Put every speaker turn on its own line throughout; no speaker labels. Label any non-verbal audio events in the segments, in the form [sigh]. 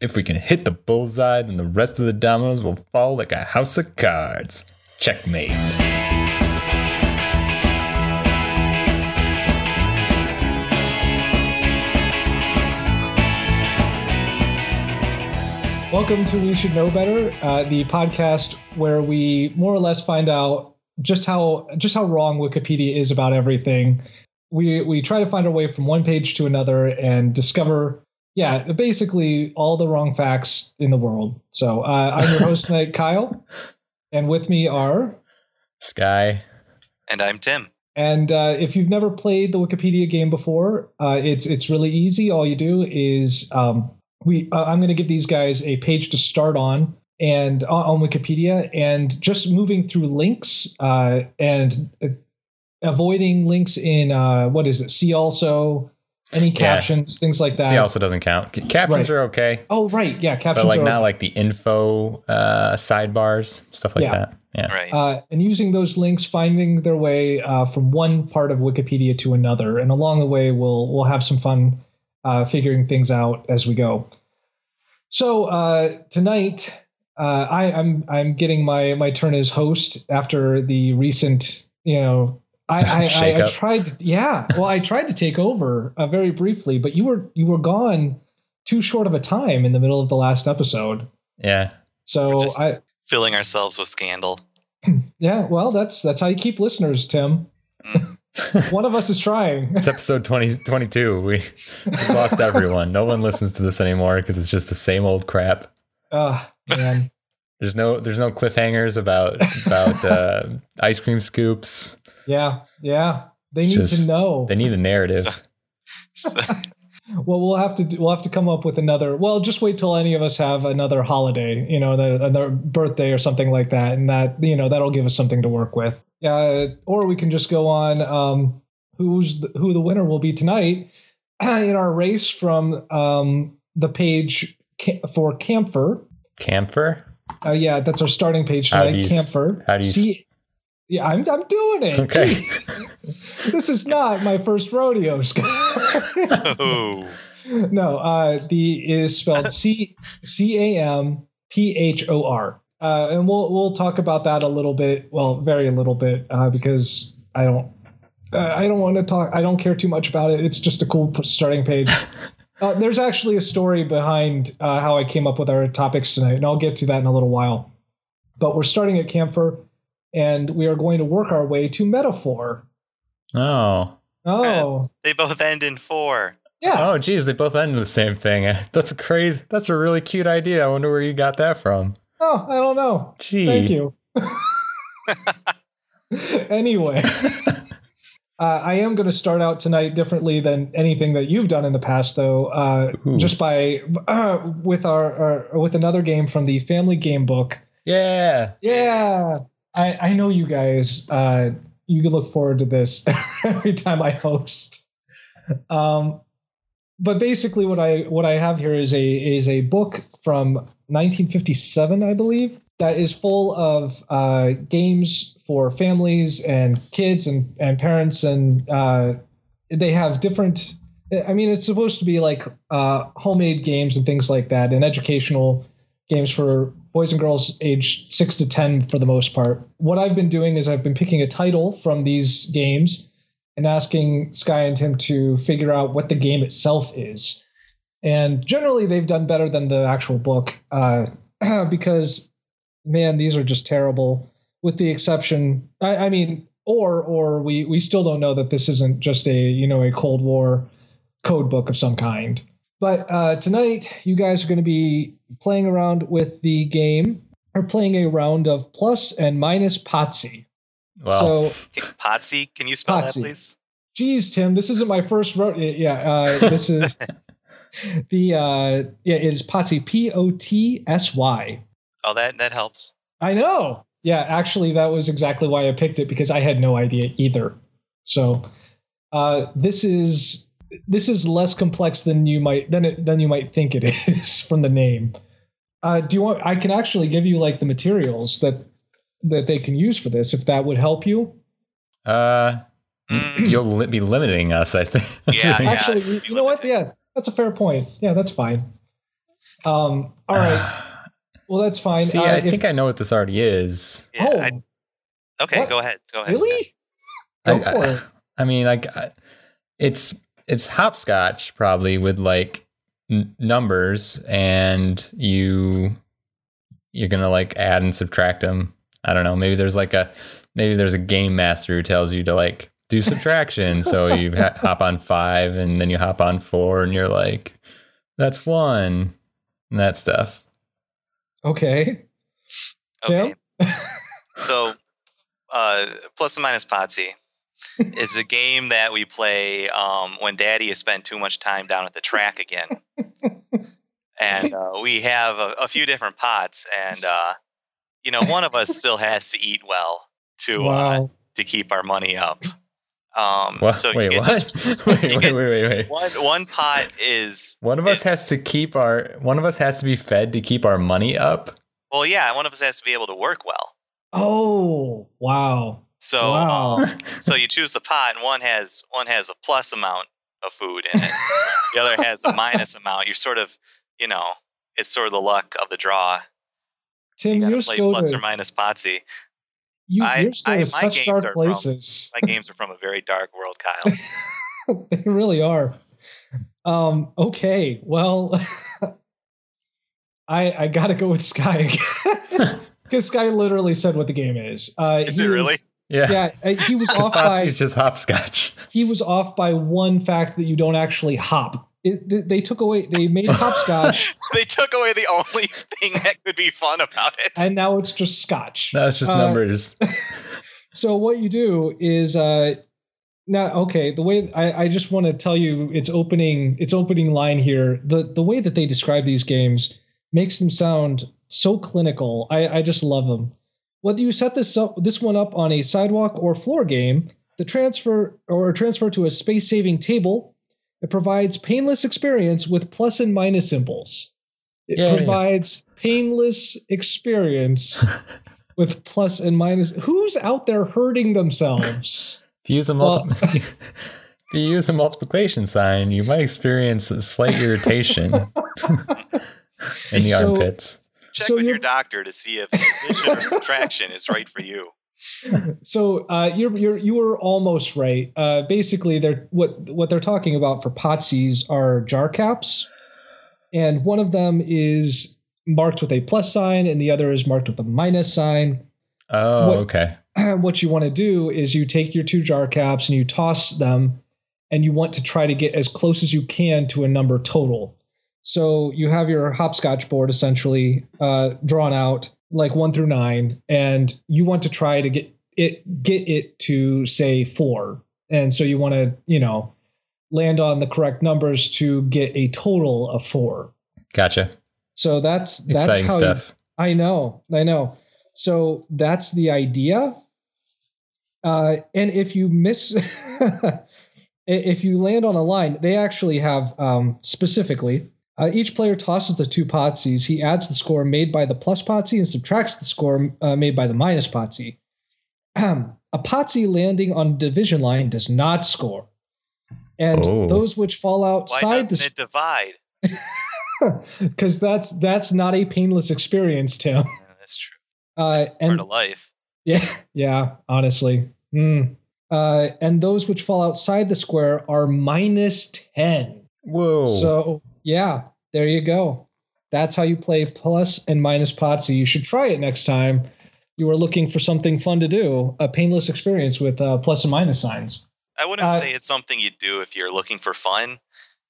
If we can hit the bullseye, then the rest of the dominoes will fall like a house of cards. Checkmate.
Welcome to We Should Know Better, uh, the podcast where we more or less find out just how just how wrong Wikipedia is about everything. We we try to find our way from one page to another and discover, yeah, basically all the wrong facts in the world. So uh, I'm your host tonight, Kyle, and with me are
Sky.
And I'm Tim.
And uh, if you've never played the Wikipedia game before, uh, it's it's really easy. All you do is um, we uh, I'm going to give these guys a page to start on and uh, on Wikipedia, and just moving through links uh, and uh, avoiding links in uh, what is it? See also any captions, things like that.
He also doesn't count. C- Captions
Right.
are okay,
oh right, yeah, captions.
but like
are
not like the info uh, sidebars, stuff like
Yeah.
that. Yeah.
Right.
uh, and using those links, finding their way uh, from one part of Wikipedia to another, and along the way, we'll we'll have some fun uh, figuring things out as we go. So uh, tonight, uh, I, I'm I'm getting my my turn as host after the recent, you know. I, I, I, I
Shakeup.
tried to, yeah well i tried to take over uh, very briefly but you were you were gone too short of a time in the middle of the last episode
Yeah.
so
Just-
i
Filling ourselves
[laughs]
with scandal.
yeah well that's that's how you keep listeners tim
Mm. [laughs]
[laughs] one of us is trying.
It's episode 20, 22. We we lost everyone. No one listens to this anymore because it's just the same old crap.
Oh, man.
There's no there's no cliffhangers about
[laughs]
about uh, ice cream scoops.
Yeah, yeah. They
It's
need
just-
to know.
They need a narrative.
So- So-
well, we'll have to do, we'll have to come up with another. Well, just wait till any of us have another holiday, you know, the, another birthday or something like that, and that you know that'll give us something to work with. Uh, or we can just go on. Um, who's the, who the winner will be tonight [clears throat] in our race from um, the page ca- for Camphor.
Camphor?
Uh, yeah, that's our starting page
How do
tonight.
you s-
Camphor.
how do you s-
See, yeah, I'm I'm doing it. [laughs]
Okay.
this is not my first rodeo,
[laughs]
Scott.
oh,
[laughs] no, uh, the it is spelled C C A M P H O R, uh, and we'll we'll talk about that a little bit. Well, very little bit, uh, because I don't uh, I don't want to talk. I don't care too much about it. It's just a cool p- starting page. Uh, there's actually a story behind uh, how I came up with our topics tonight, and I'll get to that in a little while. But we're starting at camphor, and we are going to work our way to metaphor.
Oh.
Oh,
they both end in four.
yeah.
Oh geez, they both end in the same thing. [laughs] That's a crazy that's a really cute idea. I wonder where you got that from.
Oh, I don't know.
Gee.
Thank you. [laughs] anyway, uh, I am going to start out tonight differently than anything that you've done in the past, though. Uh,
Ooh.
just by uh, with our, our with another game from the Family Game Book.
Yeah.
Yeah, I, I know you guys. Uh, you can look forward to this [laughs] every time I host. Um, but basically, what I what I have here is a is a book from 1957, I believe, that is full of uh, games for families and kids and and parents, and uh, they have different. I mean, it's supposed to be like uh, homemade games and things like that, and educational games for boys and girls aged 6 to 10 for the most part. What I've been doing is I've been picking a title from these games and asking Sky and Tim to figure out what the game itself is. And generally, they've done better than the actual book uh, [clears throat] because, man, these are just terrible. With the exception, I, I mean, or or we we still don't know that this isn't just a you know a Cold War code book of some kind. But uh, tonight, you guys are going to be playing around with the game or playing a round of plus and minus Potsy.
Well
So,
Potsy, can you spell that,
Potsy.
please?
geez, Tim, this isn't my first road. Yeah, uh, this is the uh, yeah, it is Potsy P O T S Y.
Oh, that that helps.
I know. Yeah, actually, that was exactly why I picked it because I had no idea either. So uh, this is this is less complex than you might than it than you might think it [laughs] is from the name. Uh, do you want? I can actually give you like the materials that that they can use for this if that would help you.
uh
Mm,
you'll li- be limiting us, I think.
Yeah, yeah.
[laughs]
actually, you,
it'd be
you know what?
limited.
Yeah, that's a fair point. Yeah, that's fine. Um, all right. Well, that's fine.
Uh, [sighs] See,
Uh,
I
if-
think I know what this already is.
Yeah,
oh,
I- okay,
what?
go ahead. Go ahead. Scott.
really?
I,
Go for
I,
it.
I mean, like, I- it's it's hopscotch probably with like n- numbers, and you you're gonna like add and subtract them. I don't know. Maybe there's like a maybe there's a game master who tells you to like do subtraction. so
[laughs]
you ha- hop on five, and then you hop on four, and you're like, that's one, and that stuff. [laughs]
Okay.
Okay.
Tim?
so, uh, plus and
[laughs]
minus Potsy is a game that we play um, when Daddy has spent too much time down at the track again,
[laughs]
and uh, we have a, a few different pots, and uh, you know, one of us still has to eat well to uh,
Wow.
to keep our money up. Um,
What?
[laughs] So you
wait,
get-
what? [laughs] wait,
you
wait,
get
wait, wait, wait.
One one pot is
One of us
is-
has to keep our one of us has to be fed to keep our money up.
well, yeah. One of us has to be able to work well.
Oh, wow.
So
wow. [laughs]
um, [laughs] so you choose the pot, and one has one has a plus amount of food in it. the other has a minus amount. You're sort of, you know, it's sort of the luck of the draw. You
Tim,
gotta
you're
play
still,
plus
the-
or minus Potsy.
you,
I-
you're still
I-
in
my
such
games are
dark
from-
places. [laughs]
My games are from a very dark world, Kyle.
they really are. Um, okay, well, [laughs] I I gotta go with Sky [laughs] because Sky literally said what the game is. Uh,
Is
he
it
was-
really? [laughs]
Yeah.
[laughs] Yeah, uh,
[laughs]
he was
'Cause
off by
Potsy's just hopscotch. [laughs]
he was off by one fact that you don't actually hop. It, they- they took away they made hopscotch
they took away the only thing that could be fun about
[laughs]
it.
and now it's just scotch.
No, it's just
Uh,
numbers.
So what you do is uh now okay, the way I, I just want to tell you its opening its opening line here, the the way that they describe these games makes them sound so clinical. I, I just love them. Whether you set this up this one up on a sidewalk or floor game, the transfer or transfer to a space-saving table, it provides painless experience with plus and minus symbols. It
Yay.
provides painless experience with plus and minus. Who's out there hurting themselves?
If you use a
well-
multi- [laughs] if you use a multiplication sign, you might experience a slight
[laughs]
irritation in the
So-
armpits.
Check
So
with your
you're-
doctor to see if addition or subtraction is right for you.
so uh, you're you're you were almost right. Uh, basically, they're what what they're talking about for Potsies are jar caps, and one of them is marked with a plus sign, and the other is marked with a minus sign.
Oh,
What-
okay.
[clears throat] what you want to do is you take your two jar caps and you toss them and you want to try to get as close as you can to a number total so you have your hopscotch board essentially uh, drawn out like one through nine and you want to try to get it get it to say four and so you want to you know land on the correct numbers to get a total of four
Gotcha.
so that's that's
Exciting
how you-
stuff.
I know, I know. So that's the idea. Uh, and if you miss, [laughs] i- if you land on a line, they actually have um, specifically. Uh, each player tosses the two potsies. He adds the score made by the plus potsy and subtracts the score uh, made by the minus potsy. [clears throat] a potsy landing on division line does not score, and
Oh.
those which fall
Why
outside the
doesn't it divide?
because that's that's not a painless experience, Tim.
Yeah, that's true.
Uh,
It's part
and
of life.
Yeah, [laughs] yeah, honestly. Mm. Uh, and those which fall outside the square are minus 10.
Oh.
Whoa.
So, yeah, there you go. That's how you play plus and minus Potsy. You should try it next time you are looking for something fun to do, a painless experience with uh, plus and minus signs.
I wouldn't
Uh,
say it's something you do if you're looking for fun.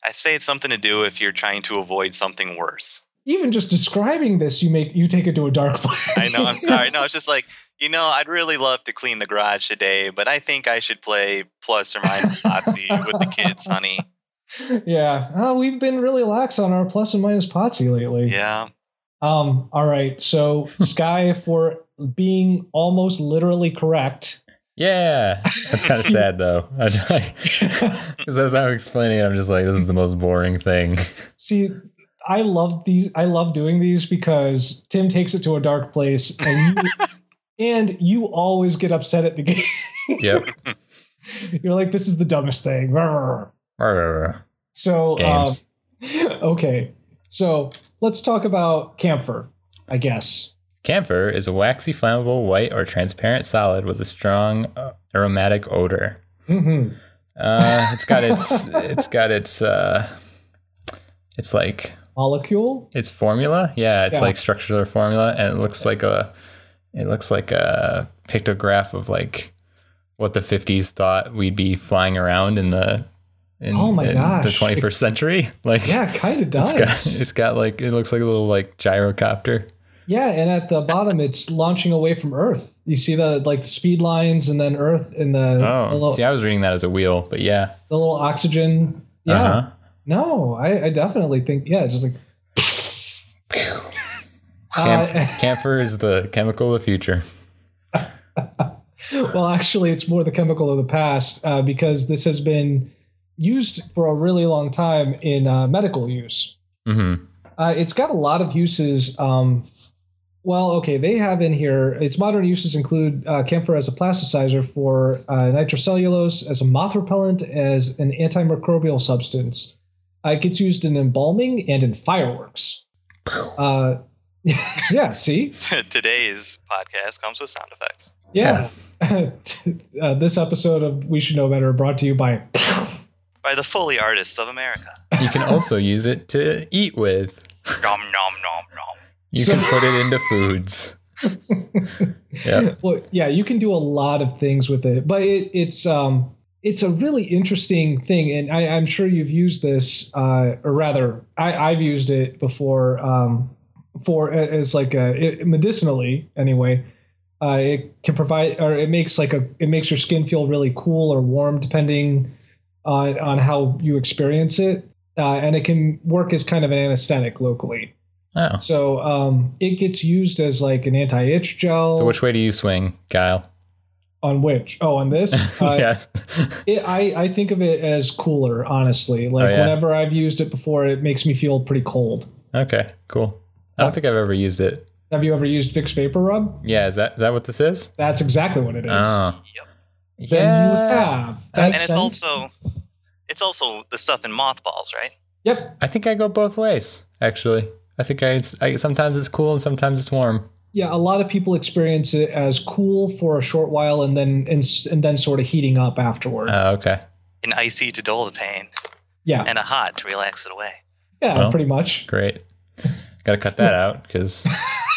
I'd say it's something to do if you're trying to avoid something worse.
Even just describing this, you make you take it to a dark [laughs] place.
I know. I'm sorry. No, it's just like you know. I'd really love to clean the garage today, but I think I should play plus or minus Nazi with the kids, honey.
[laughs] yeah. Oh, we've been really lax on our plus and minus Potsy lately.
Yeah. [laughs]
Um, all
[laughs]
right. So Sky for being almost literally correct.
yeah. That's
[laughs]
kind of sad though. [laughs] Because as I'm explaining it, I'm just like, this is the most boring
[laughs]
thing.
See, I love these I love doing these because Tim takes it to a dark place and you
[laughs]
and you always get upset at the game. [laughs]
Yep.
You're like, this is the dumbest thing.
Games.
uh, So um, okay. So let's talk about camphor, I guess.
Camphor is a waxy, flammable, white, or transparent solid with a strong uh, aromatic odor.
Mm-hmm.
Uh, it's got its
[laughs]
it's got its uh, it's like
Molecule.
its formula. Yeah, it's
Yeah.
like structural formula, and it looks like a it looks like a pictograph of like what the fifties thought we'd be flying around in the in,
Oh my
in the
gosh.
twenty first century. [laughs] Like
Yeah, kind of does.
it's got it's got like it looks like a little like gyrocopter.
yeah, and at the bottom, it's launching away from Earth. You see the like speed lines, and then Earth, and the, the,
Oh,
little,
see, I was reading that as a wheel, but yeah,
the little oxygen. Yeah.
uh-huh.
No, I, I definitely think yeah, it's just like
Camp-
Uh, [laughs]
camphor is the chemical of the future.
Uh, [laughs] well, actually, it's more the chemical of the past uh, because this has been used for a really long time in uh, medical use.
hmm
Uh, it's got a lot of uses. Um, well, okay, they have in here. Its modern uses include uh, camphor as a plasticizer for uh, nitrocellulose, as a moth repellent, as an antimicrobial substance. Uh, it gets used in embalming and in fireworks. Uh, [laughs] yeah, see,
Today's podcast comes with sound effects.
yeah. [laughs] uh, this episode of We Should Know Better brought to you by.
By the Foley Artists of America.
You can also use it to eat with.
Nom nom nom nom.
You
So-
can put it into
[laughs]
foods. yeah.
well, yeah, you can do a lot of things with it, but it, it's um, it's a really interesting thing, and I, I'm sure you've used this, uh, or rather, I, I've used it before um, for a- as like a, it- medicinally anyway. Uh, it can provide, or it makes like a, it makes your skin feel really cool or warm, depending on on how you experience it, uh, and it can work as kind of an anesthetic locally.
Oh.
So um, it gets used as like an anti-itch gel.
So which way do you swing, Kyle?
On which? Oh, on
[laughs]
this. Uh,
yes.
it, I I think of it as cooler, honestly. Like
Oh, yeah.
whenever I've used it before, it makes me feel pretty cold.
okay. Cool. I don't think I've ever used it.
Have you ever used Vicks Vapor Rub?
Yeah. Is that is that what this is?
That's exactly what it is.
Oh.
Yep.
Then you
Yeah.
have. That
And it's
scent-
also it's also the stuff in mothballs, right?
Yep.
I think I go both ways. Actually, I think I, I sometimes it's cool and sometimes it's warm.
Yeah, a lot of people experience it as cool for a short while, and then and, s- and then sort of heating up afterward.
Oh, okay.
An icy to dull the pain,
yeah,
and a hot to relax it away.
yeah,
well.
pretty much.
Great. Got to cut that out because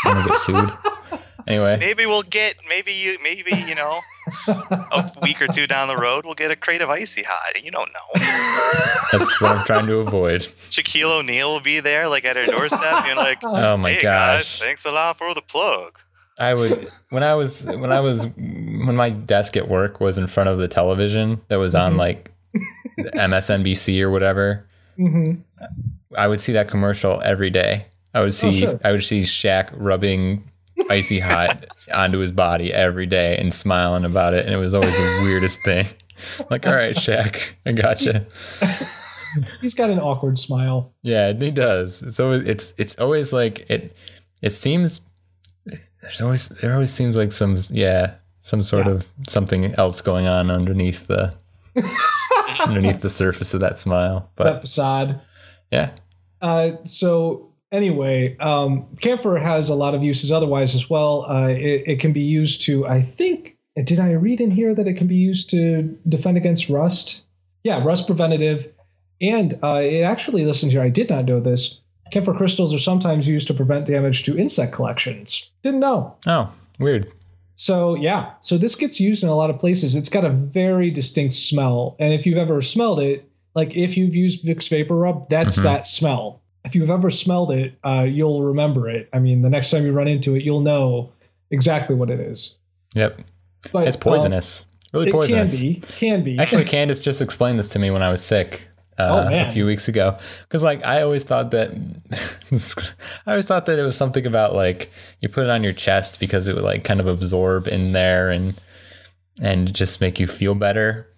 I'm gonna get
[laughs]
sued. Anyway.
Maybe we'll get maybe you maybe you know a week or two down the road we'll get a crate of icy hot. You don't know.
That's what I'm trying to
[laughs]
avoid.
Shaquille O'Neal will be there like at our doorstep, and [laughs] like,
Uh,
Oh my
hey
gosh.
guys, thanks a lot for the plug.
I would when I was when I was when my desk at work was in front of the television that was on
Mhm.
like MSNBC or whatever.
hmm
I would see that commercial every day. I would see
sure.
I would see Shaq rubbing icy hot onto his body every day and smiling about it, and it was always the weirdest thing. [laughs] Like, all right, Shaq, I gotcha.
He's got an awkward smile.
Yeah, he does. It's always it's it's always like it. It seems there's always there always seems like some yeah some sort
Yeah.
of something else going on underneath
[laughs]
the underneath the surface of that smile.
that
But
facade.
yeah,
Uh, so anyway, um, camphor has a lot of uses otherwise as well. Uh, it, it can be used to, I think, did I read in here that it can be used to defend against rust? Yeah, rust preventative. And uh, it actually, listen here, I did not know this. Camphor crystals are sometimes used to prevent damage to insect collections. Didn't know.
oh weird.
So yeah, so this gets used in a lot of places. It's got a very distinct smell, and if you've ever smelled it, like if you've used Vicks Vapor Rub, that's
Mhm.
that smell. If you've ever smelled it, uh, you'll remember it. I mean, the next time you run into it, you'll know exactly what it is.
Yep,
But
it's poisonous.
um,
really
it
poisonous.
can be. Can be.
Actually, Candace just explained this to me when I was sick uh,
Oh, man.
a few weeks ago. Because like I always thought that [laughs] I always thought that it was something about like you put it on your chest because it would like kind of absorb in there and and just make you feel better.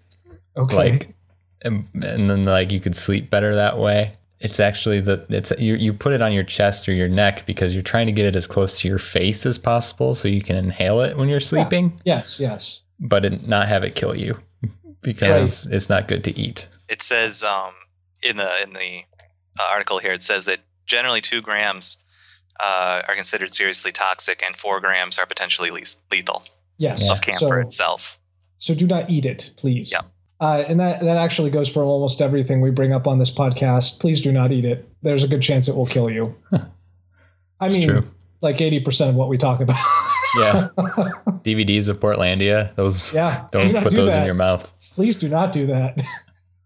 okay.
Like and, and then like you could sleep better that way. It's actually the it's you you put it on your chest or your neck because you're trying to get it as close to your face as possible so you can inhale it when you're sleeping,
yes, yes.
but it, not have it kill you because it's not good to eat.
It says um, in the in the uh, article here, it says that generally two grams uh, are considered seriously toxic, and four grams are potentially least lethal
Yes.
Yeah.
of camphor
So-
itself.
So do not eat it, please.
Yeah.
Uh, and that, that actually goes for almost everything we bring up on this podcast. Please do not eat it. There's a good chance it will kill
[laughs]
you. I
It's
mean, [laughs]
true.
like 80% of what we talk about. [laughs]
Yeah. DVDs of Portlandia. Those
yeah.
[laughs] don't
do not
put
do
those
that.
in your mouth.
Please do not do that. [laughs]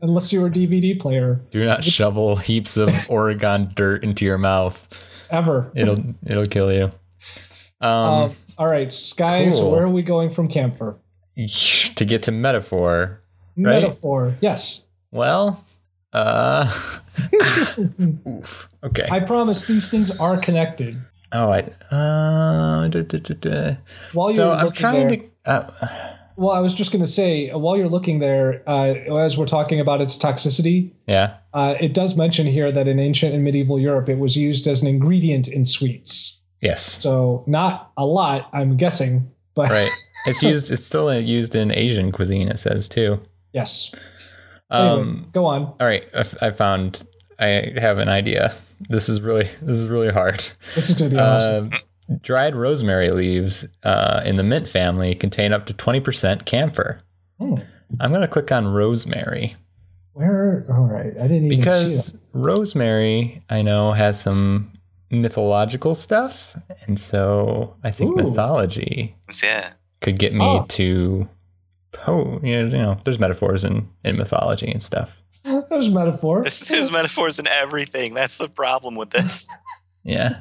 Unless you're a DVD player,
Do not shovel heaps
[laughs]
of Oregon dirt into your mouth.
ever.
It'll it'll kill you. Um,
[laughs] Um, all right, Sky, so
cool.
where are we going from camphor?
[laughs] to get to metaphor, Right.
Metaphor. Yes.
well,
[laughs]
uh, oof. Okay.
I promise these things are connected.
oh, I. Uh, duh, duh, duh, duh.
While you're
So I'm
looking
trying
there-
to. Uh,
Well, I was just going to say, uh, while you're looking there, uh, as we're talking about its toxicity,
yeah.
uh, it does mention here that in ancient and medieval Europe, it was used as an ingredient in sweets.
Yes.
So not a lot, I'm guessing, but
Right.
[laughs]
It's used. It's still used in Asian cuisine. It says too.
yes. Anyway,
Um,
go on.
All right, I, f- I found I have an idea. This is really this is really hard.
This is going to be awesome.
Uh, dried rosemary leaves uh, in the mint family contain up to twenty percent camphor.
Hmm.
I'm gonna click on rosemary
Where? All right, I didn't even see
because rosemary I know has some mythological stuff, and so I think
Ooh.
mythology
Yeah.
could get me
Oh.
to. Oh, you know, you know, there's metaphors in, in mythology and stuff.
that. [laughs] That was a metaphor.
This, there's metaphors in everything. That's the problem with [laughs] this.
Yeah.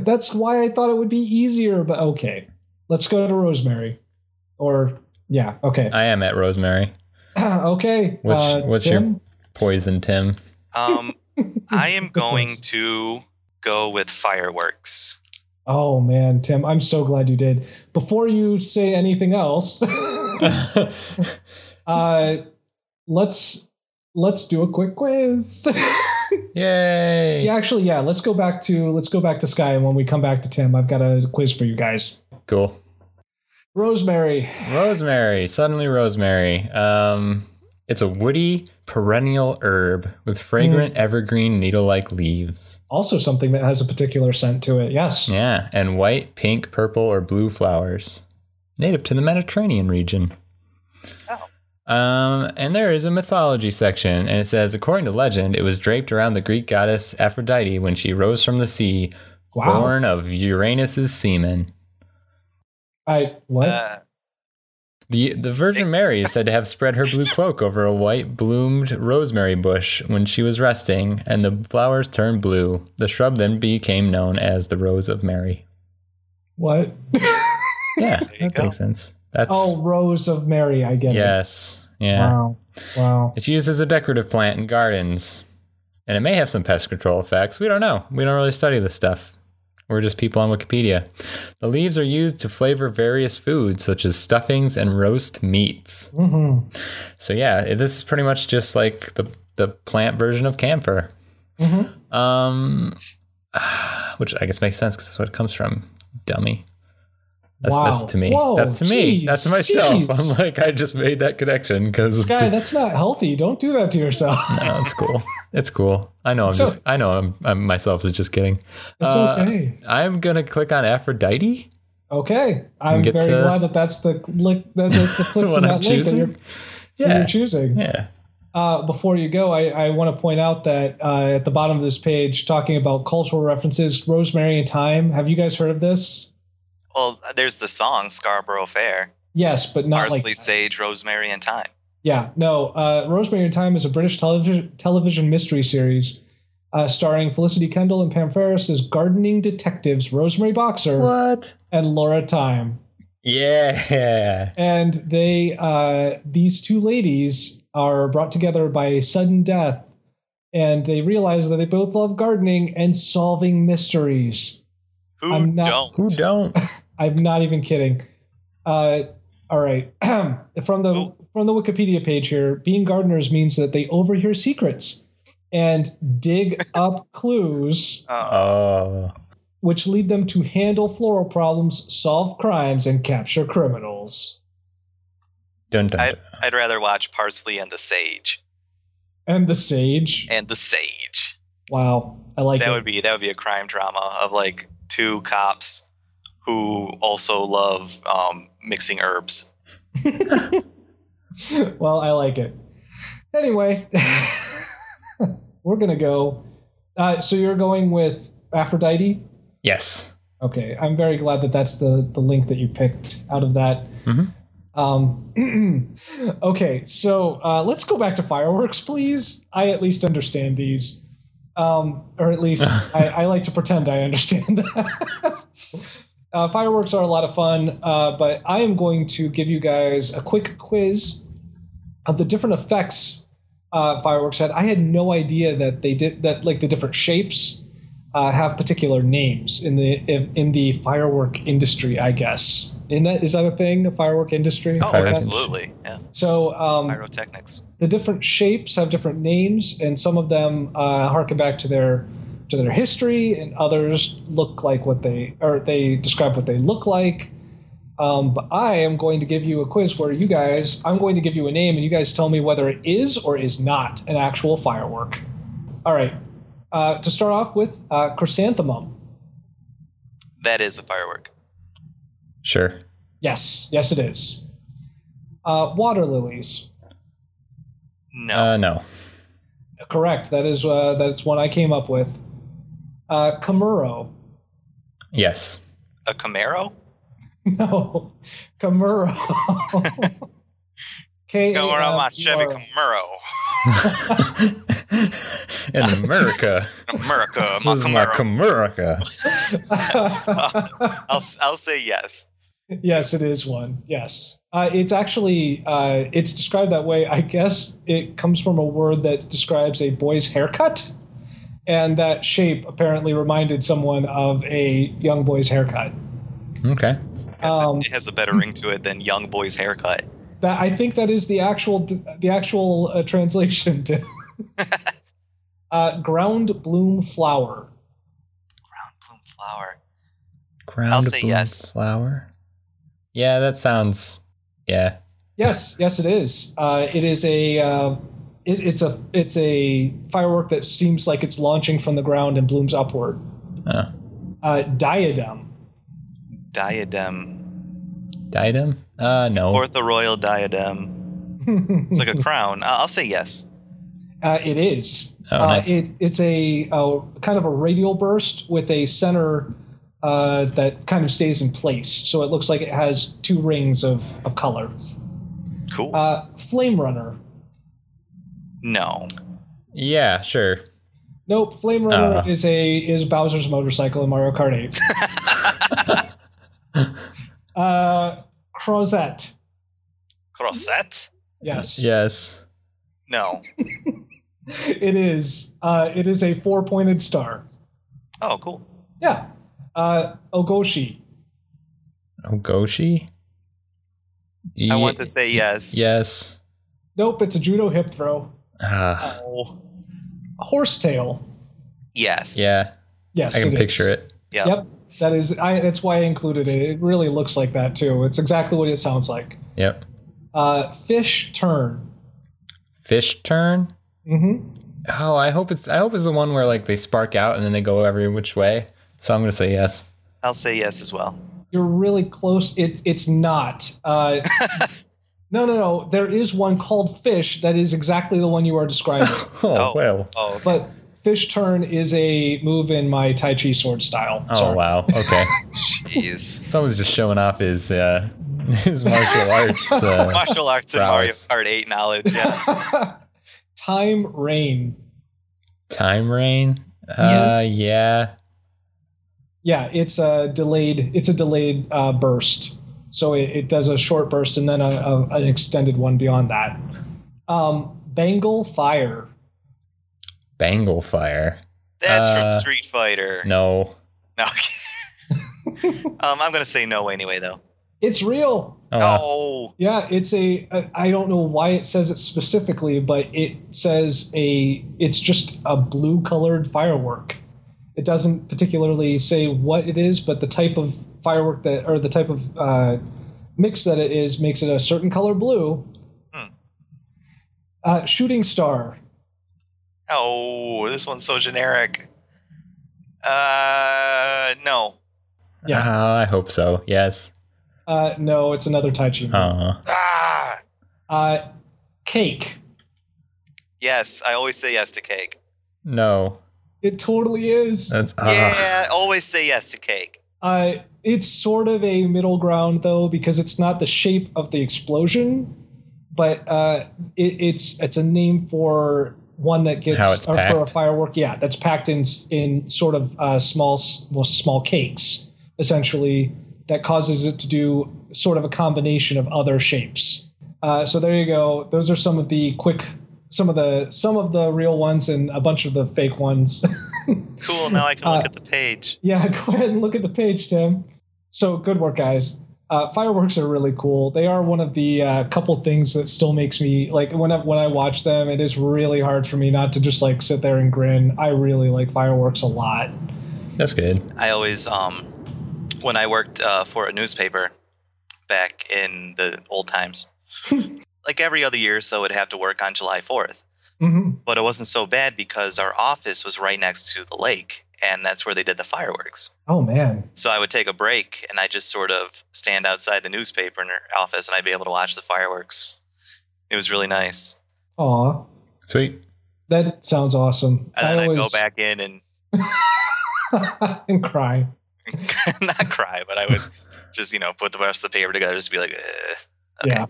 That's why I thought it would be easier. But okay, let's go to Rosemary, or yeah, okay,
I am at rosemary.
[clears throat] okay.
Uh, What's-
uh,
what's your-
Tim?
Poison Tim.
[laughs]
Um, I am going
Yes.
to go with fireworks.
Oh man, Tim, I'm so glad you did. Before you say
[laughs]
anything else, [laughs] uh, let's let's do a quick quiz. [laughs]
Yay!
yeah, actually, yeah. Let's go back to let's go back to Sky, and when we come back to Tim, I've got a quiz for you guys.
Cool.
Rosemary.
Rosemary. Suddenly, rosemary. Um, it's a woody perennial herb with fragrant
Mm.
evergreen needle-like leaves.
Also, something that has a particular scent to it. Yes.
Yeah, and white, pink, purple, or blue flowers. Native to the Mediterranean region.
Oh.
Um, and there is a mythology section, and it says, according to legend, it was draped around the Greek goddess Aphrodite when she rose from the sea,
Wow.
born of Uranus's semen.
I what?
Uh,
The the Virgin Mary is said to have spread her blue cloak over a white bloomed rosemary bush when she was resting, and the flowers turned blue. The shrub then became known as the Rose of Mary.
what?
Yeah,
you
that
go.
makes sense. That's
oh, Rose of Mary. I get it.
yes, yeah.
Wow. Wow.
It's used as a decorative plant in gardens, and it may have some pest control effects. We don't know. We don't really study this stuff. We're just people on Wikipedia. The leaves are used to flavor various foods, such as stuffings and roast meats.
hmm
So yeah, it- this is pretty much just like the the plant version of camphor.
hmm
Um, [sighs] which I guess makes sense because that's what it comes from. Dummy. That's, that's
Wow.
to me.
Whoa,
that's to me. That's to
jeez,
myself. [laughs]
jeez.
I'm like I just made that connection because [laughs]
Sky, that's not healthy. Don't do that to yourself. [laughs]
no, it's cool. It's cool. I know. I'm
So-
just. I know. I'm, I'm myself is just kidding.
It's
Uh,
okay.
I'm gonna click on Aphrodite. [laughs]
Okay. I'm
get
very
to-
glad that that's the click.
[laughs]
That, that's the click
the
from
one
that
I'm
link that you're,
choosing.
that you're
Yeah.
choosing.
Yeah.
Uh, before you go, I, I want to point out that uh, at the bottom of this page, talking about cultural references, rosemary and thyme. Have you guys heard of this?
well, there's the song Scarborough Fair.
Yes, but not
Parsley,
like
sage, rosemary, and thyme.
Yeah, no. Uh, Rosemary and Time is a British television television mystery series uh, starring Felicity Kendall and Pam Ferris as gardening detectives Rosemary Boxer
What?
and Laura Time.
Yeah.
And they, uh, these two ladies, are brought together by a sudden death, and they realize that they both love gardening and solving mysteries.
Who
I'm not-
don't?
Who don't?
I'm not even kidding. Uh, all right, [clears throat] from the from the Wikipedia page here, being gardeners means that they overhear secrets and dig up [laughs] clues,
Uh,
Oh.
which lead them to handle floral problems, solve crimes, and capture criminals.
Dun, dun, dun.
I'd rather watch Parsley and the Sage.
And the sage.
And the Sage.
Wow, I like
that
it.
would be that would be a crime drama of like two cops who also love um, mixing herbs.
[laughs] well, I like it. Anyway, [laughs] we're gonna go. Uh, so you're going with Aphrodite.
Yes.
Okay, I'm very glad that that's the the link that you picked out of that.
Mhm.
Um, [clears throat] okay, so uh, let's go back to fireworks, please. I at least understand these, um, or at least I, I like to pretend I understand [laughs] that. uh, fireworks are a lot of fun, uh, but I am going to give you guys a quick quiz of the different effects uh, fireworks had. I had no idea that they did that, like the different shapes uh, have particular names in the in, in the firework industry, I guess. In that is that a thing, the firework industry?
Oh,
Pyro-
absolutely, yeah.
So um,
Pyrotechnics.
the different shapes have different names, and some of them uh, harken back to their to their history, and others look like what they or they describe what they look like. Um, but I am going to give you a quiz where you guys, I'm going to give you a name, and you guys tell me whether it is or is not an actual firework. All right. Uh, to start off with, uh, chrysanthemum.
That is a firework.
Sure.
Yes, yes, it is. Uh, water lilies.
No,
Uh, no.
Correct. That is uh, that's one I came up with. Uh, Camaro.
[laughs]
Yes.
a Camaro.
[laughs] No, Camaro. K A M
Going
U R O.
around my Chevy Camaro.
In
[laughs]
America.
America, my
this is my
Camaro.
America.
I'll, s- I'll say yes.
[laughs] yes, it is one. Yes, uh, it's actually uh, it's described that way. I guess it comes from a word that describes a boy's haircut, and that shape apparently reminded someone of a young boy's haircut.
Okay.
Yes, it-
Um,
it has a better ring to it than young boy's haircut.
That I think that is the actual the actual uh, translation to [laughs] uh, ground bloom flower.
Brown bloom flower.
Ground
say
bloom
yes.
Flower. Yeah, that sounds. Yeah.
Yes, yes, it is. Uh, it is a uh, it, it's a it's a firework that seems like it's launching from the ground and blooms upward.
Uh,
Uh, diadem.
Diadem.
diadem? Uh, no.
Or the royal diadem. It's like a crown. I- I'll say yes.
[laughs] uh, it is.
oh,
uh,
nice.
it, it's a, a kind of a radial burst with a center uh, that kind of stays in place. So it looks like it has two rings of, of color.
Cool.
Uh, flame runner.
no.
yeah, sure.
Nope, Flame Runner
Uh.
is a is Bowser's motorcycle in Mario Kart 8.
[laughs]
uh, Crozette.
Crossette?
Yes.
Yes.
No.
It is. Uh, it is a four pointed star.
Oh, cool.
Yeah. Uh, Ogoshi.
Ogoshi?
I
Oh, Ye-
want to say yes.
Yes.
Nope, it's a judo hip throw.
Ah,
Uh,
Oh.
Horsetail.
Yes.
yeah.
Yes.
I can
it
picture
is.
it.
Yep.
Yep. That is. I. That's why I included it. It really looks like that too. It's exactly what it sounds like.
Yep.
Uh, fish turn.
Fish turn?
Mm-hmm.
Oh, I hope it's I hope it's the one where like they spark out and then they go every which way. So I'm gonna say yes. [laughs]
I'll say yes as well.
You're really close. It. It's not. Uh, no. No. No. There is one called fish that is exactly the one you are describing.
Oh,
Oh.
well.
Oh, okay.
But fish turn is a move in my Tai Chi sword style.
Oh
Sorry.
wow. Okay.
[laughs]
[laughs]
jeez.
Someone's just showing off his uh [laughs] his martial arts.
[laughs]
Uh,
Martial arts and Mario
Prowess.
Kart 8
[laughs]
knowledge. Yeah.
[laughs] Time rain.
time rain. Uh
Yes.
yeah.
Yeah, it's a delayed. It's a delayed uh, burst. So it, it does a short burst and then a, a, an extended one beyond that. Um, Bengal fire.
Bangle fire.
That's
Uh,
from Street Fighter.
No.
No, okay. [laughs] um, I'm gonna say no anyway, though.
It's real.
Oh, wow.
Oh,
Yeah, it's a. I I don't know why it says it specifically, but it says a. It's just a blue-colored firework. It doesn't particularly say what it is, but the type of firework that, or the type of uh, mix that it is, makes it a certain color blue.
Hmm.
Uh, shooting star.
Oh, this one's so generic. Uh, no.
Yeah.
Uh, I hope so. Yes.
Uh, no, it's another Taichi.
Uh,
Ah,
Uh, cake.
yes. I always say yes to cake.
no.
It totally is.
That's uh,
Yeah, always say yes to cake.
Uh, it's sort of a middle ground though, because it's not the shape of the explosion, but uh, it, it's it's a name for one that gets
How it's
or for a
packed?
firework. Yeah, that's packed in s- in sort of uh, small s- well, small cakes essentially that causes it to do sort of a combination of other shapes. Uh, so there you go. Those are some of the quick, some of the some of the real ones and a bunch of the fake ones. [laughs]
Cool. Now I can look
Uh,
at the page.
Yeah, [laughs] go ahead and look at the page, Tim. So good work, guys. Uh, fireworks are really cool. They are one of the uh, couple things that still makes me like when I, when I watch them. It is really hard for me not to just like sit there and grin. I really like fireworks a lot.
that's good.
I always, um, when I worked uh, for a newspaper back in the old times, like every other year, so I'd have to work on July 4th.
hmm
But it wasn't so bad because our office was right next to the lake, and that's where they did the fireworks.
Oh man,
So I would take a break and I just sort of stand outside the newspaper in our office and I'd be able to watch the fireworks. It was really nice.
aw,
Sweet.
that sounds awesome.
And then I'd go back in and [laughs]
back [laughs] and cry.
not cry, but I would just, you know, put the rest of the paper together, just be like, eh. Okay.
Yeah.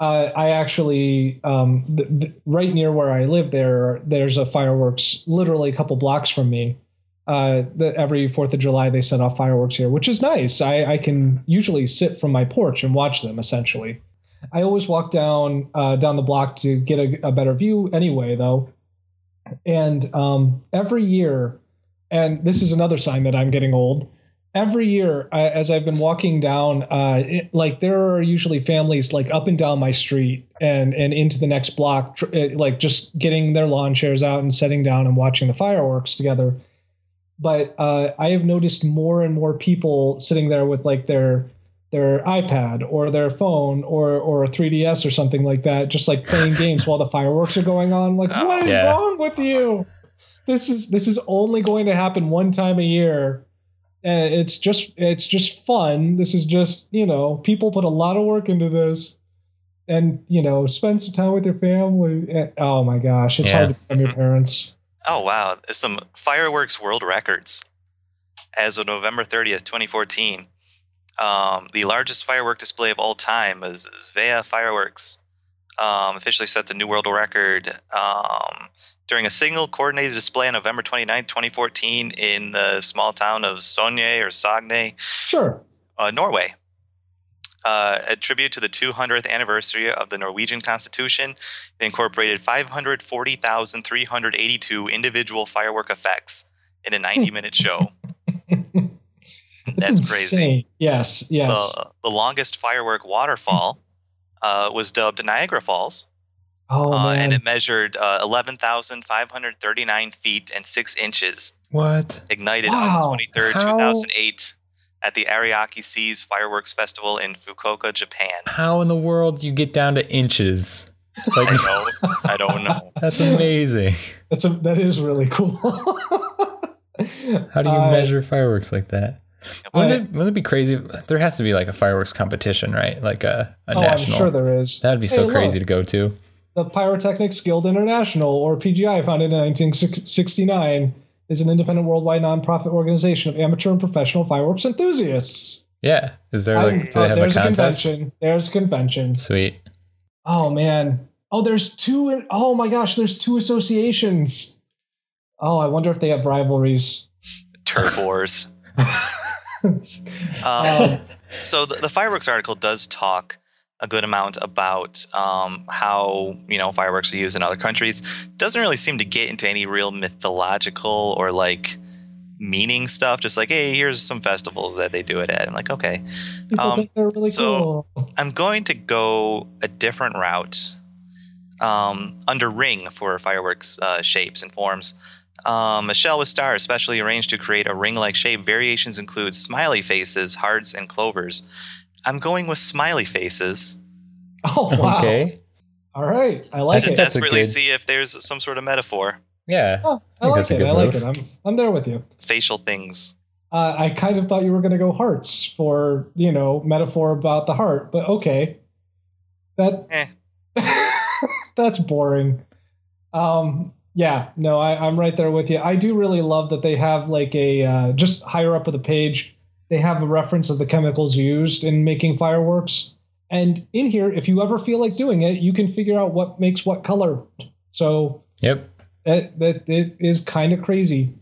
Uh, I actually, um, th- th- right near where I live, there there's a fireworks literally a couple blocks from me. Uh, that every Fourth of July they send off fireworks here, which is nice. I, I can usually sit from my porch and watch them. Essentially, I always walk down uh, down the block to get a, a better view. Anyway, though, and um, every year, and this is another sign that I'm getting old every year I, as i've been walking down uh, it, like there are usually families like up and down my street and and into the next block tr- uh, like just getting their lawn chairs out and sitting down and watching the fireworks together but uh, i have noticed more and more people sitting there with like their their ipad or their phone or or a 3ds or something like that just like playing games while the fireworks are going on like what is
Yeah.
wrong with you this is this is only going to happen one time a year uh, it's just it's just fun this is just you know people put a lot of work into this and you know spend some time with your family Uh, oh my gosh it's
Yeah.
hard to become your parents
Oh, wow. There's some fireworks world records. As of November 30th, 2014, um, the largest firework display of all time is Zvea Fireworks. Um, officially set the new world record um, during a single coordinated display on November 29th, 2014, in the small town of Sonje or Sogne,
[laughs]
sure
uh, Norway. Uh, a tribute to the 200th anniversary of the Norwegian Constitution, it incorporated 540,382 individual firework effects in a 90
Hmm.
minute show.
it's
That's crazy.
insane yes [laughs] yes
The, the longest firework waterfall uh, was dubbed Niagara Falls,
oh
uh,
man.
and it measured uh, 11,539 feet and 6 inches,
What?
ignited
Wow.
August 23rd,
How-
2008, at the Ariake Seas Fireworks Festival in Fukuoka, Japan.
How in the world you get down to inches? Like [laughs]
[laughs]
I don't, I don't know.
that's amazing.
that's a that is really cool [laughs]
How do you measure fireworks like that? Wouldn't,
Oh,
it, wouldn't it be crazy? if- There has to be like a fireworks competition, right? Like a, a
oh
national.
i'm sure there is
That'd be
Hey,
so
look.
crazy to go to.
The Pyrotechnics Guild International, or PGI, founded in 1969, is an independent worldwide nonprofit organization of amateur and professional fireworks enthusiasts.
Yeah. Is there
I-
like do
oh,
they have a
there's
contest?
convention. There's conventions.
Sweet.
Oh man. Oh, there's two. In, oh my gosh, there's two associations. Oh, I wonder if they have
[laughs]
rivalries.
turf wars. um,
Um,
so the, the fireworks article does talk a good amount about um, how you know fireworks are used in other countries. Doesn't really seem to get into any real mythological or like meaning stuff. Just like, hey, here's some festivals that they do it at. I'm like, okay.
people
um,
think they're really
so-
cool.
I'm going to go a different route um, under ring for fireworks uh, shapes and forms. Um, a shell with stars, specially arranged to create a ring like shape. Variations include smiley faces, hearts,
[laughs]
and clovers. I'm going with smiley faces.
Oh wow.
Okay.
All right, I like
I
to
think
it.
that's a
desperately
good-
see if there's some sort of metaphor,
[laughs] Yeah.
Oh,
I
I,
think
like
that's a
it.
good
I like
move.
it. I'm I'm there with you.
facial things.
Uh, I kind of thought you were going to go hearts for you know metaphor about the heart, but okay, that [laughs] that's boring. Um, yeah, no, I, I'm right there with you. I do really love that they have like a uh, just higher up of the page. They have a reference of the chemicals used in making fireworks, and in here, if you ever feel like doing it, you can figure out what makes what color. So
Yep.
that that it is kind of crazy.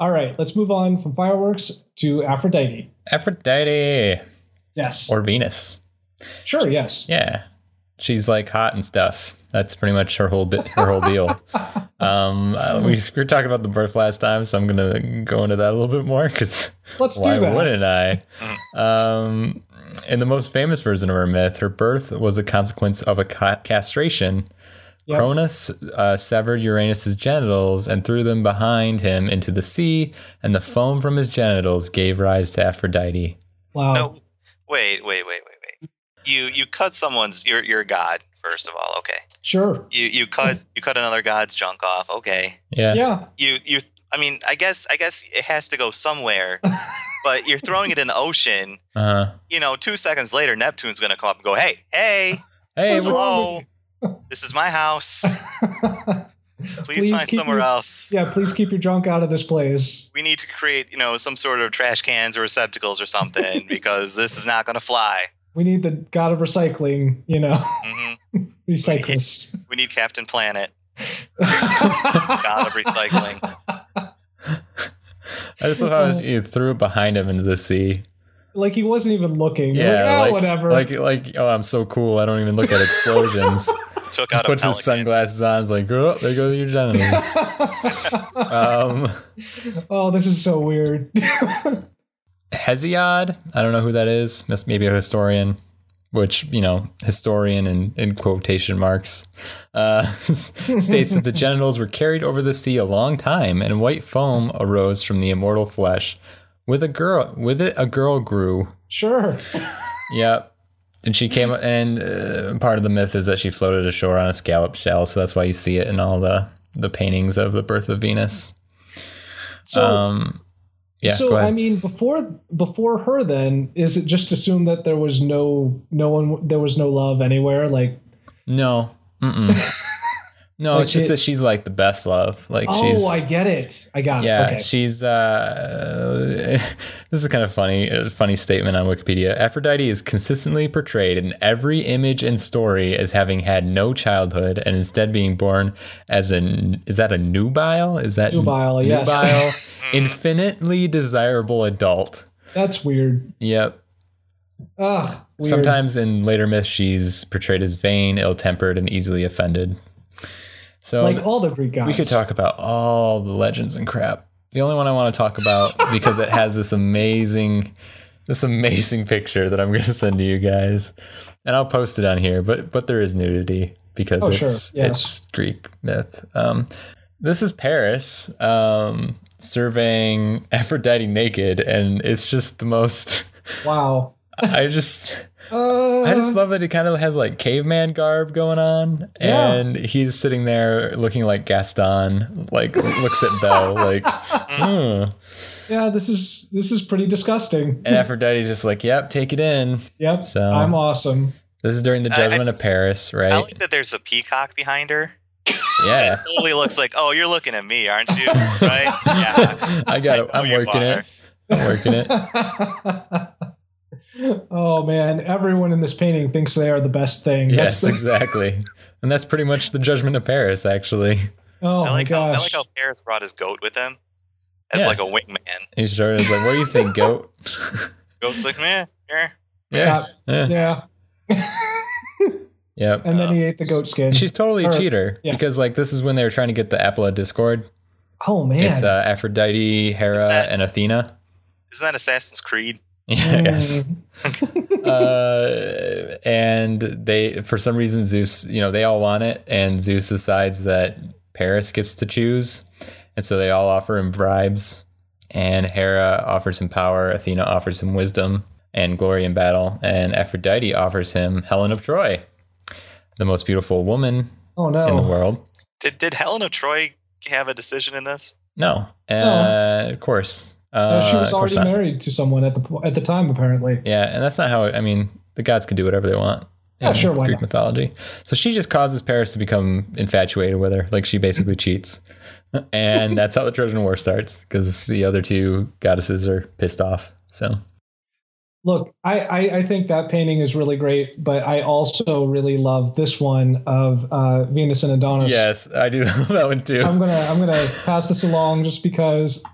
All right, let's move on from fireworks to Aphrodite.
Aphrodite
Yes.
or Venus.
sure. Yes.
Yeah. She's like hot and stuff. That's pretty much her whole di- her whole
[laughs]
deal. Um, uh, we we were talking about the birth last time, so I'm gonna go into that a little bit more because
Let's
why
do that.
wouldn't I?
[laughs]
Um, in the most famous version of her myth, her birth was the consequence of a ca- castration.
Yep.
Cronus uh, severed Uranus's genitals and threw them behind him into the sea, and the foam from his genitals gave rise to Aphrodite.
Wow.
Oh.
No, Oh, wait, wait, wait, wait, wait. You you cut someone's your your god first of all. Okay,
Sure.
you you cut you cut another god's junk off. Okay,
Yeah,
Yeah.
you you. I mean, I guess I guess it has to go somewhere, but you're throwing it in the ocean.
Uh-huh.
You know, two seconds later, Neptune's gonna come up and go, "Hey, hey,
Hey,
What's
what-
hello,
wrong
this is my house.
[laughs]
Please,
Please
find
keep
somewhere
your-
else."
[laughs] yeah. Please keep your junk out of this place.
we need to create, you know, some sort of trash cans or receptacles or something because this is not going to fly.
We need the god of recycling. You know, [laughs]
hmm
recyclists.
We need Captain Planet,
god
[laughs] god
[laughs]
of recycling.
I just love how you threw it behind him into the sea.
Like he wasn't even looking.
Yeah,
Like, "Ah,
like-
whatever.
Like, like, oh, I'm so cool. I don't even look at
[laughs]
explosions.
Took
just
out a
puts his
pelican.
sunglasses on. It's like, oh, there go your [laughs] genitals. um,
[laughs] oh, this is so weird. [laughs]
Hesiod. I don't know who that is. That's maybe a historian, which you know, historian in, in quotation marks, uh, [laughs] states [laughs] that the genitals were carried over the sea a long time, and white foam arose from the immortal flesh. With a girl, with it, a girl grew.
sure.
Yep. And she came, and uh, part of the myth is that she floated ashore on a scallop shell, so that's why you see it in all the the paintings of the birth of Venus.
So.
um, yeah,
so
go ahead.
I mean, before before her, then is it just assumed that there was no no one there was no love anywhere? Like,
No. Mm-mm.
[laughs]
no,
Like
it's just
it-
that she's like the best love. Like she's
oh, I get it. I got
yeah,
it. Ah, Okay.
she's uh [laughs] this is kind of funny, a funny statement on Wikipedia. Aphrodite is consistently portrayed in every image and story as having had no childhood and instead being born as an is that a nubile? Is that
Nubile, yes.
nubile,
[laughs]
infinitely desirable adult.
That's weird.
Yep.
Ugh. Weird.
Sometimes in later myths, she's portrayed as vain, ill-tempered, and easily offended. So
like
th-
all the Greek gods.
we could talk about all the legends and crap. The only one I want to talk
[laughs]
about because it has this amazing, this amazing picture that I'm going to send to you guys, and I'll post it on here. But but there is nudity because
Oh, sure.
it's
Yeah.
it's Greek myth. Um, this is Paris um, surveying [laughs] Aphrodite naked, and it's just the most.
Wow.
I just.
Uh,
I just love that he kind of has like caveman garb going on,
Yeah.
and he's sitting there looking like Gaston, like looks at [laughs] Belle, like, hmm.
[laughs] yeah. This is this is pretty disgusting.
and Aphrodite's just like, "Yep, take it in."
Yep.
So-
I'm awesome.
This is during the
I- I
Judgment
just-
of Paris, right?
I like that there's a peacock behind her.
yeah,
Totally looks like, oh, you're looking at me, aren't
[laughs]
you? [laughs] Right? Yeah.
I got it.
I know
I'm
you
working
are.
it. I'm working it.
[laughs] oh man, everyone in this painting thinks they are the best
[laughs]
thing.
yes,
That's the,
exactly. And that's pretty much the Judgment of Paris, actually.
Oh
I like
my
how
gosh.
I like how Paris brought his goat with him as
Yeah.
like a wingman.
He started like, "What do you think, goat?"
Goat's like, meh, yeah.
[laughs] yeah, yeah, [laughs]
yeah.
yep.
And then he ate the goat skin.
Uh, She's totally a
Or-
cheater
yeah.
because like this is when they were trying to get the Apple of Discord.
oh man.
It's uh, [laughs] Aphrodite, Hera,
Is that-
and Athena. [laughs]
Isn't that Assassin's Creed?
yes.
Mm.
uh, and they, for some reason, Zeus, you know, they all want it, and Zeus decides that Paris gets to choose, and so they all offer him bribes, and Hera offers him power, Athena offers him wisdom and glory in battle, and Aphrodite offers him Helen of Troy. the most beautiful woman
Oh no.
in the world.
Did did Helena Troy have a decision in this?
No, uh, of course. Uh,
No, Oh. she was
of course
already
not.
married to someone at the po- at the time, apparently.
Yeah, and that's not how it, I mean, the gods can do whatever they want.
Yeah,
in
sure, why
Greek
not?
mythology. So she just causes Paris to become infatuated with her. Like she
[laughs]
basically cheats. And that's how the Trojan War starts because the other two goddesses are pissed off. So
Look, I, I I think that painting is really great, but I also really love this one of uh, Venus and Adonis.
yes, I do [laughs] love that one too.
I'm gonna I'm gonna pass this along just because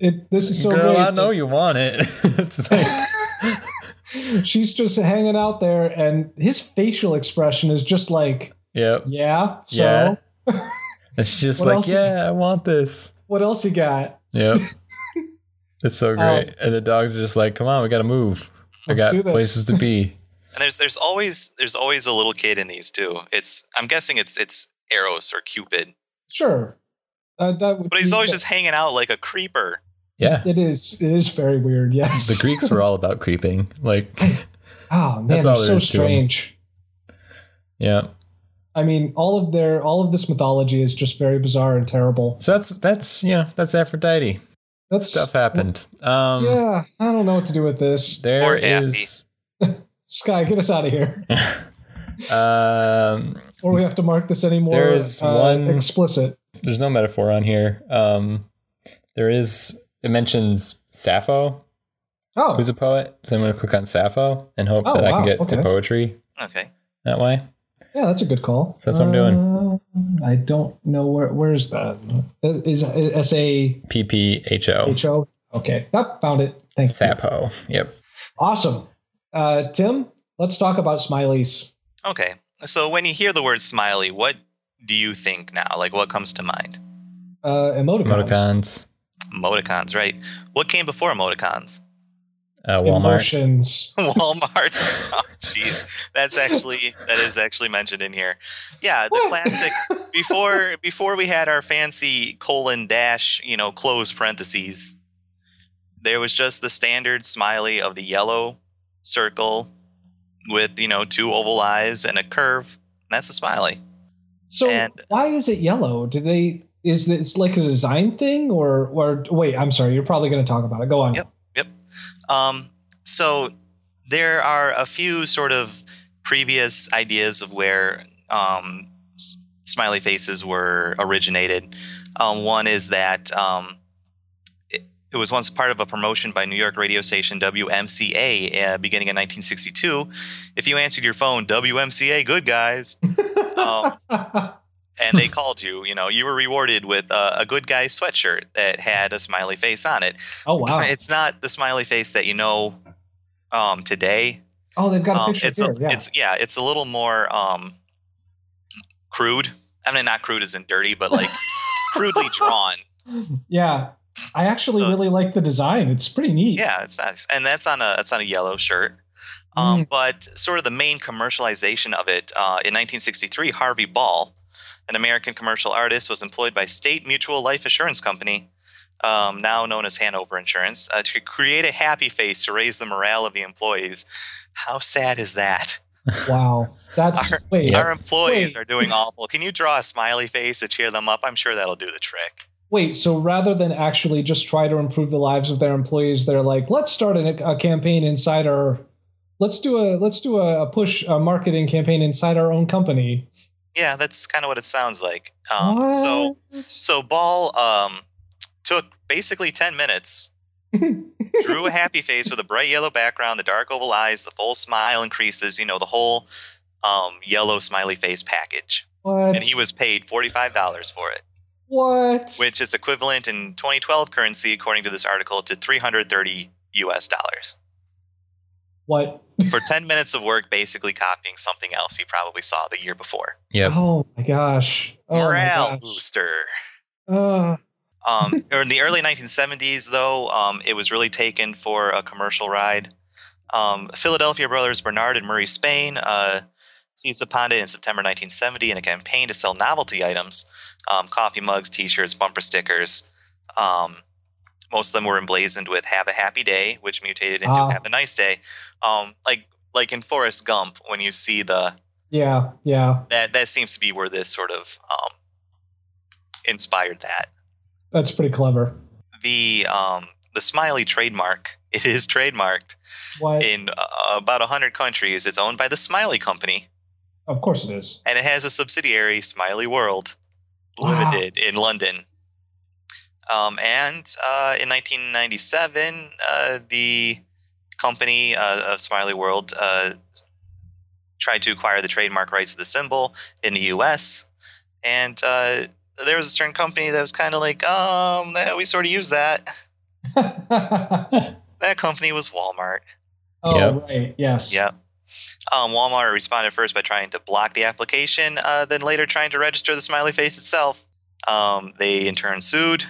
it this is so
Girl,
great.
I know you want it. [laughs] it's like,
[laughs] She's just hanging out there, and his facial expression is just like,
yep.
yeah. So
Yeah. It's just
What
like,
else-
yeah, I want this.
what else you got? [laughs]
Yep. it's so great. and the dogs are just like, come on, we got to move. I
Um, Let's
got
do this."
places to
[laughs]
be.
And there's there's always there's always a little kid in these too. It's I'm guessing it's it's Eros or Cupid,
Sure. Uh, that would
but he's
be-
always just hanging out like a creeper.
Yeah.
It is. It is very weird. [laughs] Yes.
The Greeks were all about creeping.
[laughs]
Like,
Oh man,
That's
they're
all there
so
is to 'em.
strange.
yeah.
I mean, all of their all of this mythology is just very bizarre and terrible.
So that's that's you know that's Aphrodite.
That's
Stuff happened. Um,
yeah, I don't know what to do with this.
There
Or
is. [laughs]
Sky, get us out of here,
um,
or we have to mark this anymore. uh,
There is one-
explicit.
there's no metaphor on here. Um, there is. It mentions Sappho,
Oh,
who's a poet. So I'm going to click on Sappho and hope
Oh,
that I
wow,
can get to
okay.
poetry
Okay,
that way.
yeah, that's a good call.
So that's what I'm doing.
Uh, I don't know where. Where is that? Uh, Is S A
P P H O.
H O?
Oh.
Okay, yep, found it. Thanks.
Sappho. Yep.
Awesome, uh, Tim. Let's talk about smileys.
okay. So when you hear the word smiley, what do you think now? Like what comes to mind?
Uh, emoticons.
Emoticons.
Emoticons, right? What came before emoticons?
Uh, Walmart.
[laughs]
Emotions.
Walmart. Oh, Jeez, that's actually that is actually mentioned in here. Yeah, the classic before before we had our fancy colon dash, you know, close parentheses. There was just the standard smiley of the yellow circle with you know two oval eyes and a curve. That's a smiley.
So
And-
why is it yellow? Do they is it's like a design thing or or wait, I'm sorry, you're probably going to talk about it. Go on. [laughs]
Yep. Um, so there are a few sort of previous ideas of where um, s- smiley faces were originated. Um, one is that um, it, it was once part of a promotion by New York radio station WMCA uh, beginning in 1962. If you answered your phone, WMCA, good guys, um, and they called you, you know, you were rewarded with uh, a good guy sweatshirt that had a smiley face on it.
oh wow.
It's not the smiley face that you know um, today.
Oh, they've got a
Um,
picture
it's
here.
a,
yeah.
it's yeah, it's a little more um, crude. I mean, not crude as in dirty,
[laughs]
but like crudely drawn.
yeah. I actually
So
really like the design. It's pretty neat. [laughs]
Yeah, it's nice, and that's on a that's on a yellow shirt.
Mm.
Um, But sort of the main commercialization of it uh, in 1963, Harvey Ball, an American commercial artist, was employed by State Mutual Life Assurance Company, um, now known as Hanover Insurance, uh, to create a happy face to raise the morale of the employees. How sad is that?
Wow. That's
Our-
wait.
Our employees
Wait.
are doing awful. Can you draw a smiley face to cheer them up? I'm sure that'll do the trick.
Wait, so rather than actually just try to improve the lives of their employees, they're like, let's start an, a campaign inside our let's do a let's do a, a push a marketing campaign inside our own company.
Yeah, that's kind of what it sounds like. Um, so.
What?
So Ball um, took basically
[laughs]
10 minutes, drew a happy face with a bright yellow background, the dark oval eyes, the full smile and creases, you know, the whole um, yellow smiley face package.
What?
And he was paid $45 for it,
what?
which is equivalent in 2012 currency, according to this article, to 330 US dollars
what?
for 10 minutes of work, basically copying something else he probably saw the year before.
Yep.
Oh my gosh! Oh
Morale
my gosh!
booster.
Uh,
Um, or in the early 1970s, though, um, it was really taken for a commercial ride. Um, Philadelphia brothers Bernard and Murray Spain uh, seized upon it in September 1970 in a campaign to sell novelty items um, coffee mugs, t shirts, bumper stickers. Um, most of them were emblazoned with Have a Happy Day, which mutated into
Ah.
Have a Nice Day. Um, like, like in Forrest Gump, when you see the
Yeah, yeah,
That that seems to be where this sort of um, inspired that.
that's pretty clever.
The um, the smiley trademark. [laughs] It is trademarked
Why?
in uh, about hundred countries. It's owned by the Smiley Company,
of course it
[laughs]
is. [laughs]
and it has a subsidiary, Smiley World
Wow.
Limited, in London. Um, and uh, in 1997, uh, the company uh, of Smiley World uh, tried to acquire the trademark rights of the symbol in the U.S. And uh, there was a certain company that was kind of like, um, that- we sort of use that.
oh
That company was Walmart.
Yep.
right, yes.
Yep. Um, Walmart responded first by trying to block the application, uh, then later trying to register the smiley face itself. Um, they in turn sued.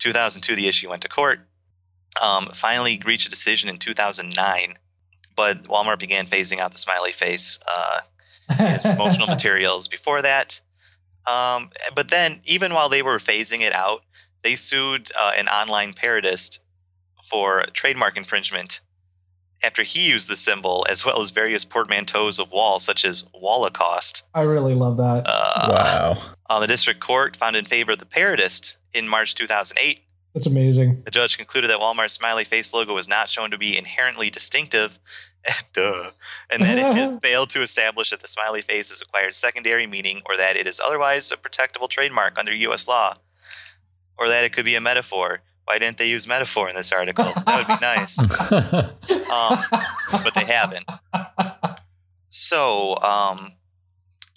2002, the issue went to court. Um, finally, reached a decision in 2009, but Walmart began phasing out the smiley face uh,
[laughs]
as promotional materials before that. Um, but then, even while they were phasing it out, they sued uh, an online parodist for trademark infringement after he used the symbol as well as various portmanteaus of wall, such as Wallacost.
I really love that.
Uh,
wow.
On the district court found in favor of the parodist in March 2008.
That's amazing.
The judge concluded that Walmart's smiley face logo was not shown to be inherently distinctive, [laughs] duh, and that it has failed to establish that the smiley face has acquired secondary meaning or that it is otherwise a protectable trademark under U.S. law, or that it could be a metaphor. Why didn't they use metaphor in this article? That would be
[laughs]
nice. Um, but they haven't. So, um,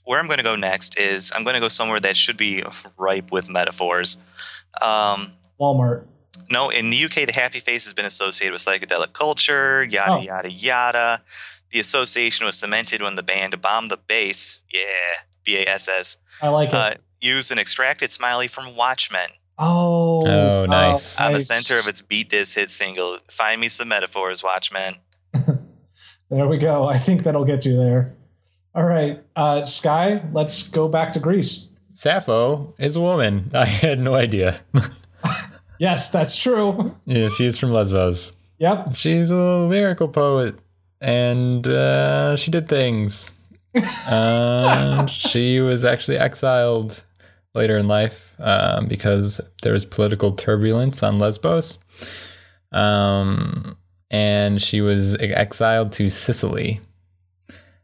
where I'm going to go next is I'm going to go somewhere that should be ripe with metaphors. Um,
Walmart.
no, in the UK, the happy face has been associated with psychedelic culture, yada,
Oh.
yada, yada. The association was cemented when the band Bomb the Bass, yeah, B A S S,
I like it.
uh, used an extracted smiley from Watchmen
oh,
Oh, nice.
wow,
on the
nice.
center of its Beat This hit single, Find Me Some Metaphors, Watchmen.
There we go. I think that'll get you there. All right, uh, Sky. Let's go back to Greece.
Sappho is a woman. [laughs] I had no idea.
Yes, that's true. [laughs]
yes, she's from Lesbos.
Yep.
She's a lyrical poet, and uh, she did things. Uh, she was actually exiled later in life um, because there was political turbulence on Lesbos, um, and she was exiled to Sicily.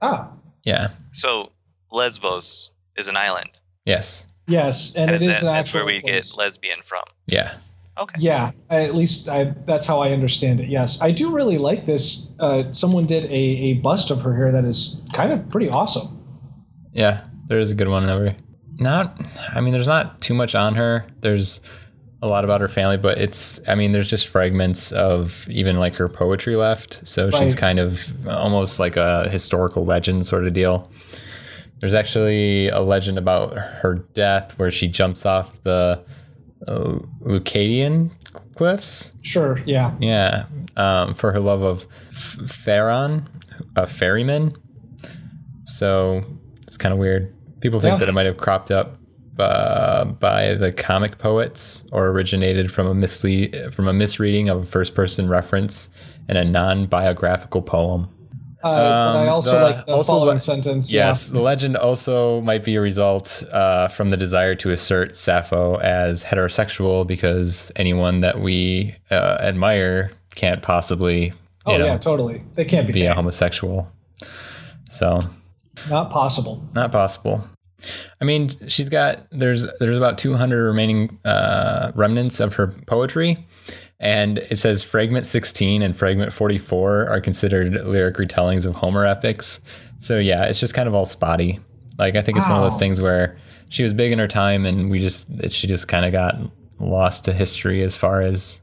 Ah,
Yeah.
So, Lesbos is an island.
Yes.
yes, and
That's
it is.
that-
an
that's where
actual
we
place.
get lesbian from.
Yeah.
Okay.
Yeah, I- at least I, that's how I understand it. Yes, I do really like this. Uh, someone did a, a bust of her here that is kind of pretty awesome.
Yeah, there is a good one over. Not, I mean, there's not too much on her. There's a lot about her family, but it's, I mean, there's just fragments of even like her poetry left. So she's
Right.
kind of almost like a historical legend sort of deal. There's actually a legend about her death where she jumps off the uh, Leucadian cliffs.
Sure. Yeah.
Yeah, um, for her love of f- Pharaon, a ferryman. So it's kind of weird. People think
Yeah.
that it might have cropped up uh, by the comic poets or originated from a misle- from a misreading of a first person reference in a non biographical poem.
Uh, but I
Um,
also
the-
like the
also
following
the-
sentence. yeah.
Yes, the legend also might be a result uh, from the desire to assert Sappho as heterosexual because anyone that we uh, admire can't possibly, you
Oh
know,
yeah, totally. They can't be
be a
gay.
homosexual. So
not possible.
not possible. I mean, she's got there's there's about 200 remaining uh, remnants of her poetry, and it says fragment 16 and fragment 44 are considered lyric retellings of Homer epics. So yeah, it's just kind of all spotty. Like I think it's one of
Wow.
those things where she was big in her time, and we just that she just kind of got lost to history as far as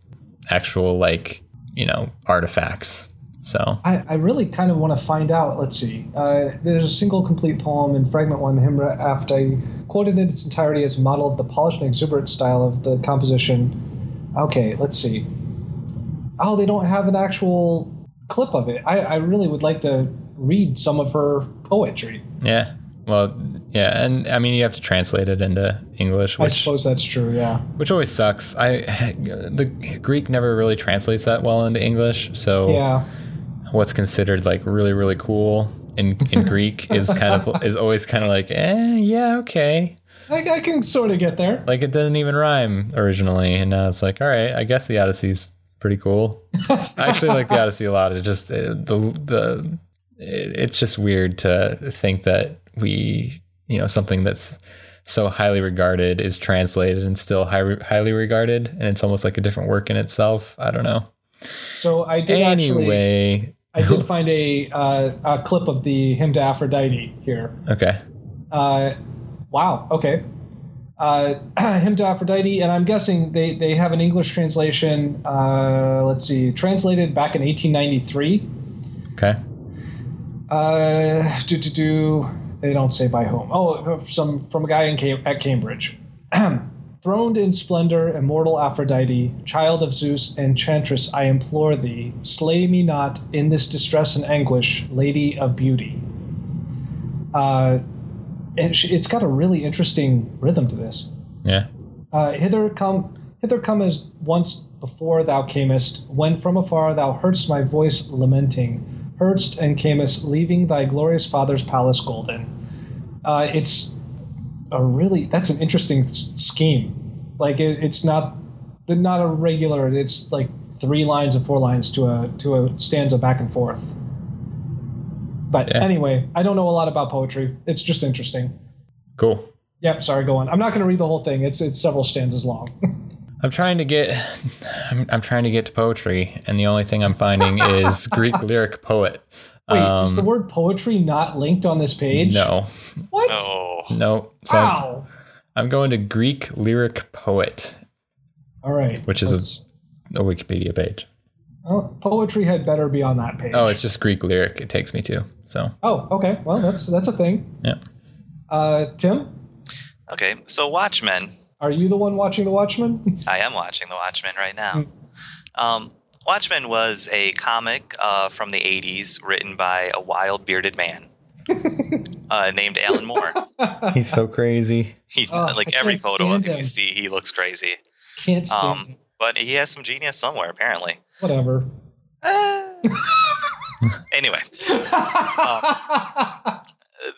actual like you know artifacts. So
I, I really kind of want to find out. Let's see. Uh, there's a single complete poem in fragment one, hymn after I quoted in its entirety as modeled the polished and exuberant style of the composition. Okay, let's see. Oh, they don't have an actual clip of it. I, I really would like to read some of her poetry.
Yeah. Well, yeah, and I mean you have to translate it into English,
I
which
suppose that's true. Yeah.
which always sucks. I the Greek never really translates that well into English, so
Yeah.
what's considered like really really cool in, in
[laughs]
Greek is kind of is always kind of like, eh, yeah, okay.
I, I can sort of get there.
Like it didn't even rhyme originally, and now it's like, all right, I guess the Odyssey's pretty cool.
[laughs]
I actually like the Odyssey a lot. It just it, the the it, it's just weird to think that we you know something that's so highly regarded is translated and still high, highly regarded, and it's almost like a different work in itself. I don't know.
So I did actually.
Anyway,
I did find a uh, a clip of the hymn to Aphrodite here.
okay,
Uh, wow. Okay. Uh, [clears throat] hymn to Aphrodite, and I'm guessing they, they have an English translation. Uh, let's see, translated back in 1893.
okay,
Uh, do do do. They don't say by whom. Oh, some from a guy in Cam- at Cambridge. [clears throat] Throned in splendor, immortal Aphrodite, child of Zeus, enchantress, I implore thee, slay me not in this distress and anguish, lady of beauty. Uh, and she, it's got a really interesting rhythm to this.
yeah,
Uh, hither come, hither come as once before thou camest, when from afar thou heardst my voice lamenting, heardst and camest, leaving thy glorious father's palace golden. Uh, it's a really that's an interesting s- scheme. Like it, it's not not a regular. It's like three lines and four lines to a to a stanza back and forth. But
Yeah.
anyway, I don't know a lot about poetry. It's just interesting.
cool.
Yep, sorry, go on. I'm not going to read the whole thing. It's it's several stanzas long. [laughs]
I'm trying to get, I'm, I'm trying to get to poetry, and the only thing I'm finding
[laughs]
is Greek lyric poet.
Wait, is
Um,
the word poetry not linked on this page?
No,
What?
Oh,
no. So I'm-
Wow.
I'm going to Greek lyric poet,
All right.
Which is a-
let's-
a Wikipedia page.
oh, poetry had better be on that page.
Oh, it's just Greek lyric. It takes me to. So
Oh, okay. Well, that's that's a thing.
Yeah.
Uh, Tim,
okay. So Watchmen.
are you the one watching The Watchmen? [laughs]
I am watching The Watchmen right now.
Hmm.
Um, Watchmen was a comic uh, from the 80s written by a wild
[laughs]
bearded man uh, named Alan Moore.
he's so crazy.
He,
Oh,
like
I
every
can't
photo of
stand
him
him.
you see, he looks crazy.
Can't stand
Um,
it.
but he has some genius somewhere, apparently. [laughs]
Whatever.
Anyway,
Mm-hmm.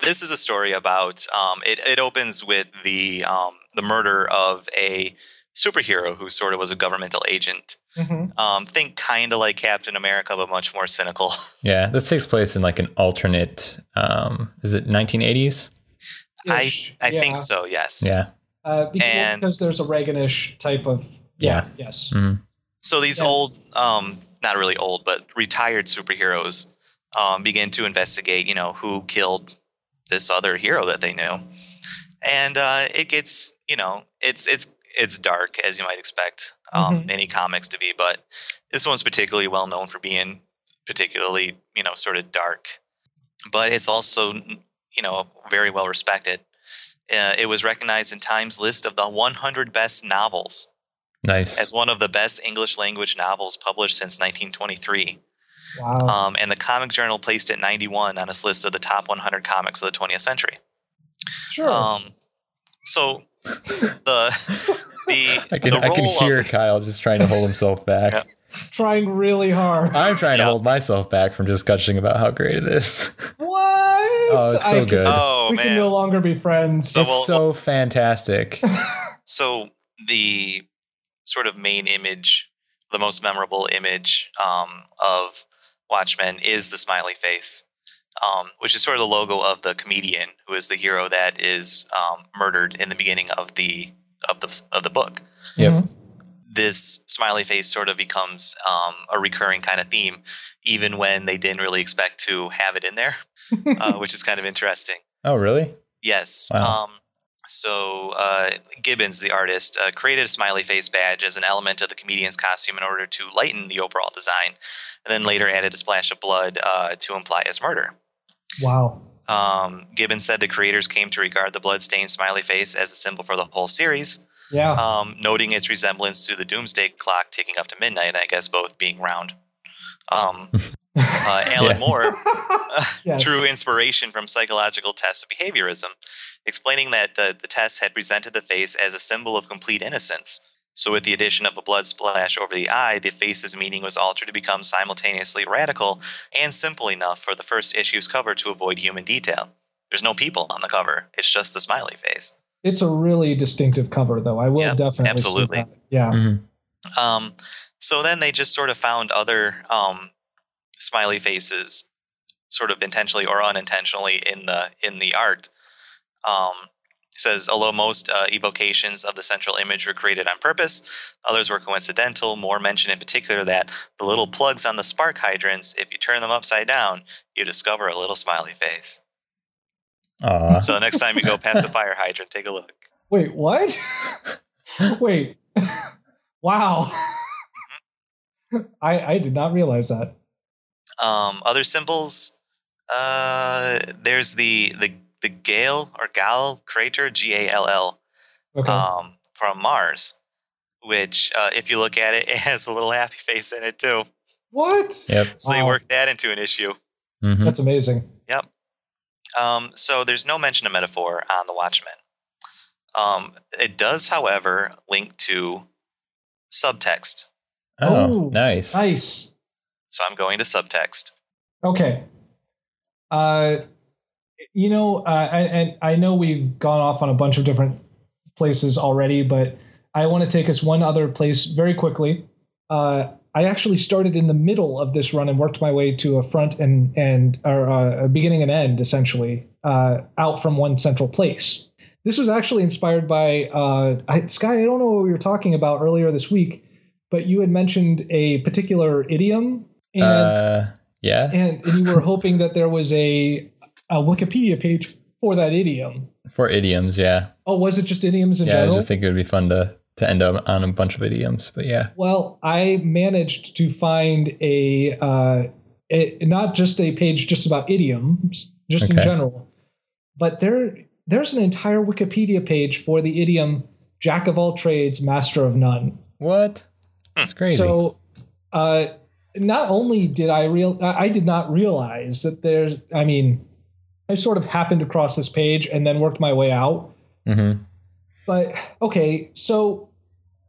this is a story about um, it, it opens with the, um, the murder of a superhero who sort of was a governmental agent.
Mhm.
Um, think kind of like Captain America, but much more cynical. [laughs]
Yeah, this takes place in like an alternate. Um, is it 1980s?
Ish.
I
Yeah.
think so, yes.
Yeah.
Uh, because,
And-
because there's a Reaganish type of. Yeah. Yes.
Mhm.
So these
Yeah.
old, um, not really old, but retired superheroes um, begin to investigate, you know, who killed this other hero that they knew, and uh, it gets, you know, it's it's it's dark as you might expect um,
Mhm.
any comics to be, but this one's particularly well known for being particularly, you know, sort of dark, but it's also, you know, very well respected. Uh, it was recognized in Time's list of the 100 best novels
Nice.
as one of the best English language novels published since 1923.
Mm.
Wow.
Um, and the Comic Journal placed it 91 on its list of the top 100 comics of the 20th century.
sure.
Um, so
[laughs]
the the
[laughs] I can,
the
I can
role
hear
of
Kyle just trying to hold himself back.
Yeah.
Trying
[laughs]
really hard.
I'm trying to
Yeah.
hold myself back from just gushing about how great it is.
what? Oh,
it's so good.
oh
we can no
man,
longer be friends.
[laughs] So
it's
we'll-
so fantastic.
so the sort of main image, the most memorable image um, of Watchmen is the smiley face. Um, which is sort of the logo of the comedian who is the hero that is um, murdered in the beginning of the of the of the book.
Yep.
Mhm.
this smiley face sort of becomes um, a recurring kind of theme, even when they didn't really expect to have it in there, uh, which is kind of interesting.
Oh, really?
Yes.
Wow.
Um, so uh, Gibbons, the artist, uh, created a smiley face badge as an element of the comedian's costume in order to lighten the overall design, and then later added a splash of blood uh, to imply his murder.
Wow.
Um, Gibbons said the creators came to regard the blood-stained smiley face as a symbol for the whole series,
Yeah.
um, noting its resemblance to the doomsday clock ticking up to midnight, I guess both being round.
[laughs]
Um, uh, Alan
Yeah.
Moore
Yes.
drew inspiration from psychological tests of behaviorism, explaining that uh, the test had presented the face as a symbol of complete innocence. So, with the addition of a blood splash over the eye, the face's meaning was altered to become simultaneously radical and simple enough for the first issue's cover to avoid human detail. There's no people on the cover, it's just the smiley face.
It's a really distinctive cover, though. I will
Yep,
definitely. see
absolutely.
that. Yeah.
Mhm.
Um, so then they just sort of found other um, smiley faces, sort of intentionally or unintentionally in the in the art. Um, it says although most uh, evocations of the central image were created on purpose, others were coincidental. Moore mentioned in particular that the little plugs on the spark hydrants, if you turn them upside down, you discover a little smiley face.
Aw.
So next time you go past the fire hydrant, take a look.
Wait, what? [laughs] Wait. [laughs] wow. [laughs] I I did not realize that.
Um, other symbols, uh, there's the the the Gale or Gal crater, G A L L,
Okay.
um, from Mars, which uh, if you look at it, [laughs] it has a little happy face in it too.
what?
Yep.
So they
Wow.
worked that into an issue.
Mhm.
That's amazing.
Um, so there's no mention of metaphor on the Watchmen. Um, it does, however, link to subtext.
Oh,
Ooh,
nice.
Nice.
So I'm going to subtext.
Okay. Uh, you know, uh, I- and I know we've gone off on a bunch of different places already, but I want to take us one other place very quickly. Uh, I actually started in the middle of this run and worked my way to a front and and or uh, a beginning and end essentially uh, out from one central place. This was actually inspired by uh, I, Sky. I don't know what we were talking about earlier this week, but you had mentioned a particular idiom and
uh, yeah.
and, and you were hoping that there was a, a Wikipedia page for that idiom.
For idioms, yeah.
Oh, was it just idioms in
yeah, I
general?
was just thinking it would be fun to to end up on a bunch of idioms, but yeah.
well, I managed to find a, uh, a not just a page just about idioms, just in
Okay.
general, but there there's an entire Wikipedia page for the idiom "jack of all trades, master of none."
What? That's crazy.
So, uh, not only did I real, I I did not realize that there's. I mean, I sort of happened across this page and then worked my way out.
Mhm.
But okay, so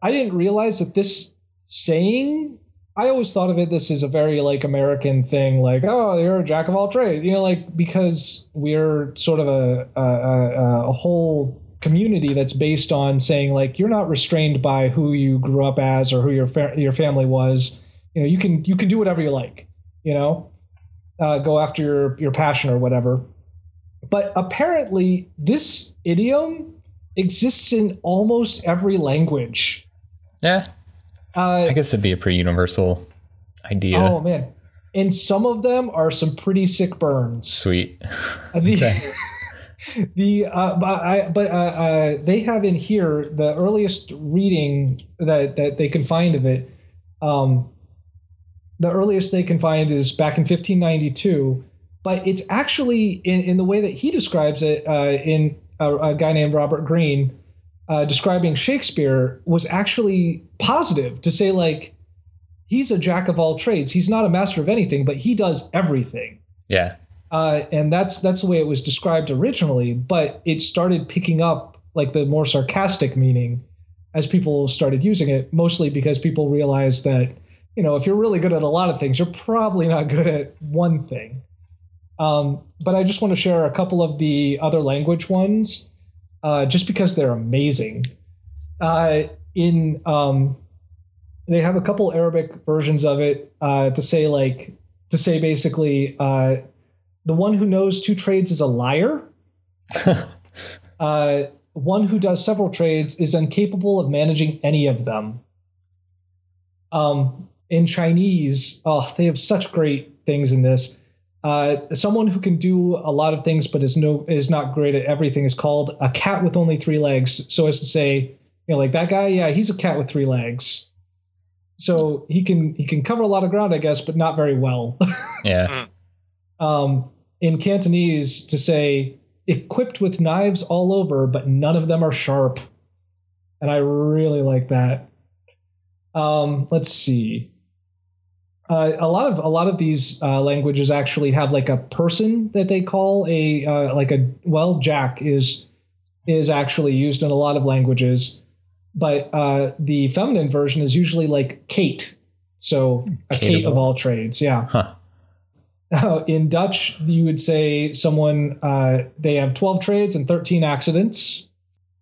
I didn't realize that this saying. I always thought of it. This is a very like American thing, like oh, you're a jack of all trades, you know, like because we're sort of a a, a a whole community that's based on saying like you're not restrained by who you grew up as or who your fa- your family was. You know, you can you can do whatever you like. You know, uh, go after your your passion or whatever. But apparently, this idiom exists in almost every language.
Yeah. I
Uh,
guess it'd be a pretty universal idea.
Oh man, and some of them are some pretty sick burns.
Sweet.
Uh, [laughs] The,
Okay.
the uh, but, I, but uh, uh, they have in here the earliest reading that that they can find of it. Um, the earliest they can find is back in 1592, but it's actually in, in the way that he describes it uh, in a, a guy named Robert Greene. Uh, describing Shakespeare was actually positive to say like he's a jack of all trades. He's not a master of anything, but he does everything
Yeah.
uh, and that's that's the way it was described originally. But it started picking up like the more sarcastic meaning as people started using it, mostly because people realized that you know if you're really good at a lot of things, you're probably not good at one thing. Um, but I just want to share a couple of the other language ones, uh, just because they're amazing. Uh, in um, they have a couple Arabic versions of it uh, to say like to say basically uh, the one who knows two trades is a liar. Uh, one who does several trades is incapable of managing any of them. Um, in Chinese, oh, they have such great things in this. Uh, someone who can do a lot of things but is no is not great at everything is called a cat with only three legs. So as to say, you know, like that guy, yeah, he's a cat with three legs. So he can he can cover a lot of ground, I guess, but not very well
yeah.
um, in Cantonese to say equipped with knives all over, but none of them are sharp. And I really like that. Um, let's see. Uh, a lot of a lot of these uh, languages actually have like a person that they call a uh, like a well Jack is is actually used in a lot of languages. But uh, the feminine version is usually like Kate. So a Kate,
Kate of
of all trades. Yeah.
Huh.
[laughs] in Dutch, you would say someone, uh, they have 12 trades and 13 accidents.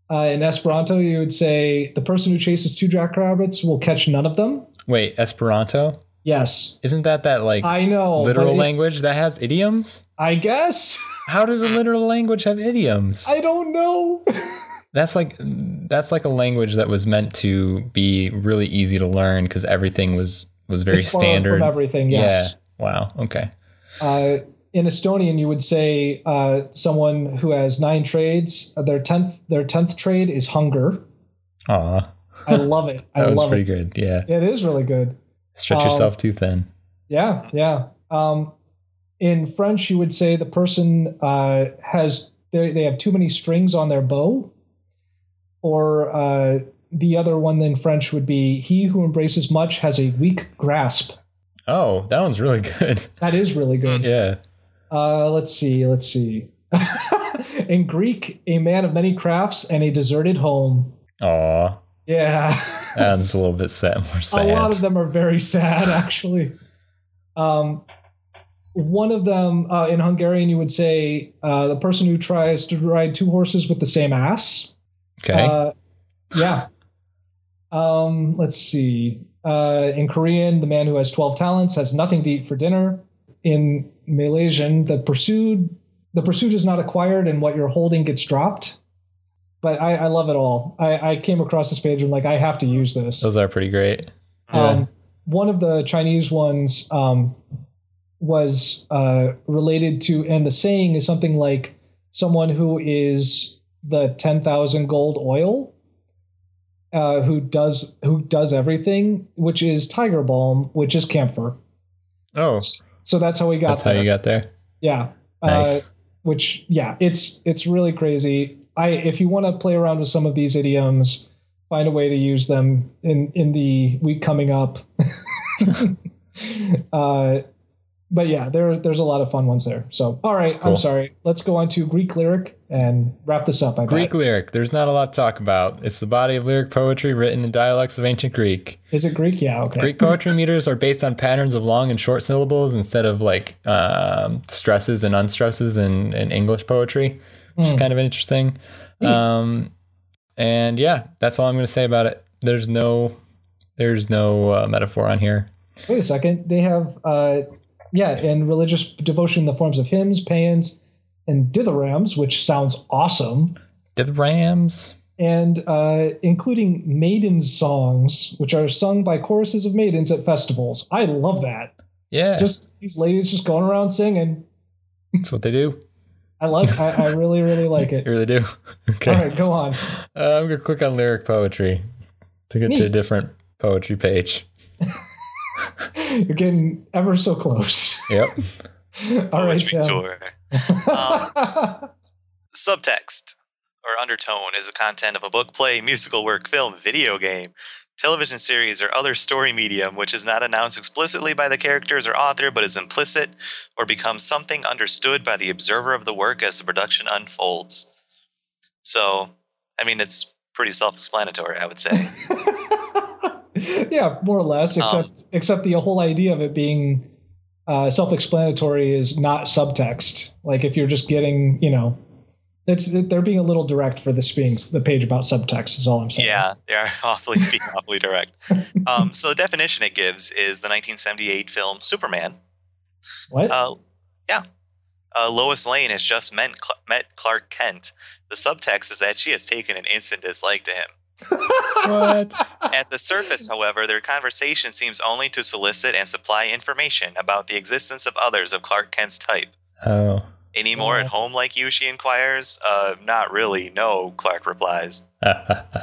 Uh, in Esperanto, you would say the person who chases two jackrabbits will catch none of them.
Wait, Esperanto?
Yes.
Isn't that that like
I know. but
literal
it-
language that has idioms?
I guess. [laughs]
How does a literal language have idioms?
I don't know.
that's like that's like a language that was meant to be really easy to learn because everything was was very
It's borrowed
standard.
From everything, yes.
Yeah. Wow. Okay.
Uh, in Estonian, you would say uh, someone who has nine trades. Their tenth, their tenth trade is hunger.
Aw. [laughs]
I love it. I
That was
love
pretty
it.
good. Yeah.
It is really good.
Stretch
Um,
yourself too thin.
Yeah, yeah. Um, in French, you would say the person uh, has they they have too many strings on their bow, or uh, the other one in French would be he who embraces much has a weak grasp.
Oh, that one's really [laughs] good.
That is really good.
yeah.
Uh, let's see. Let's see. [laughs] In Greek, a man of many crafts and a deserted home.
Aw.
Yeah. [laughs]
That's a little bit sad, more
a
sad.
lot of them are very [laughs] sad, actually. Um, one of them uh, in Hungarian, you would say uh, the person who tries to ride two horses with the same ass.
okay.
Uh, yeah. Um, let's see. Uh, in Korean, the man who has 12 talents has nothing to eat for dinner. In Malaysian, the pursued the pursuit is not acquired and what you're holding gets dropped. But I, I love it all. I, I came across this page and I'm like, I have to use this.
Those are pretty great. Yeah.
Um, one of the Chinese ones um, was uh, related to, and the saying is something like someone who is the 10,000 gold oil. Uh, who does who does everything, which is tiger balm, which is camphor.
oh,
So that's how we got
that's how
there.
you got there.
yeah. Uh,
Nice.
which yeah, it's it's really crazy. I if you want to play around with some of these idioms, find a way to use them in in the week coming
[laughs]
up. uh, but yeah, there there's a lot of fun ones there. So all right,
Cool.
I'm sorry. Let's go on to Greek lyric and wrap this up. I
Greek
Greek
lyric. There's not a lot to talk about. It's the body of lyric poetry written in dialects of ancient Greek.
is it Greek? Yeah, okay. [laughs]
Greek poetry meters are based on patterns of long and short syllables instead of like um, stresses and unstresses in, in English poetry, which is
Mm.
kind of interesting.
Neat.
Um, and yeah, that's all I'm going to say about it. There's no, there's no uh, metaphor on here.
Wait a second. They have uh, yeah, and religious devotion in the forms of hymns, paeans, and dithyrambs, which sounds awesome.
Did the Rams?
and uh, including maiden songs, which are sung by choruses of maidens at festivals. I love that.
Yeah,
Just these ladies just going around singing.
that's what they do.
I love. I, I really, really like
You [laughs]
it.
really do. Okay.
All right, go on.
Uh, I'm gonna click on lyric poetry to get to a
Neat.
different poetry page.
You're getting ever so close. [laughs]
Yep.
All right,
Poetry
Tim.
tour.
[laughs]
Subtext or undertone is the content of a book, play, musical work, film, video game, television series, or other story medium which is not announced explicitly by the characters or author but is implicit or becomes something understood by the observer of the work as the production unfolds. So, I mean, it's pretty self explanatory, I
[laughs]
would say.
yeah, more or less.
Um,
Except, except the whole idea of it being uh, self-explanatory is not subtext. Like if you're just getting, you know, it's they're being a little direct for this being the page about subtext. Is all I'm saying.
Yeah, they are [laughs] awfully being awfully direct. Um, so the definition it gives is the 1978 film Superman.
What?
Uh, yeah, uh, Lois Lane has just met Cl- met Clark Kent. The subtext is that she has taken an instant dislike to him.
What?
At the surface, however, their conversation seems only to solicit and supply information about the existence of others of Clark Kent's type.
Oh, [laughs]
Any more at
Yeah.
home like you? She inquires. Uh, not really. No, Clark replies.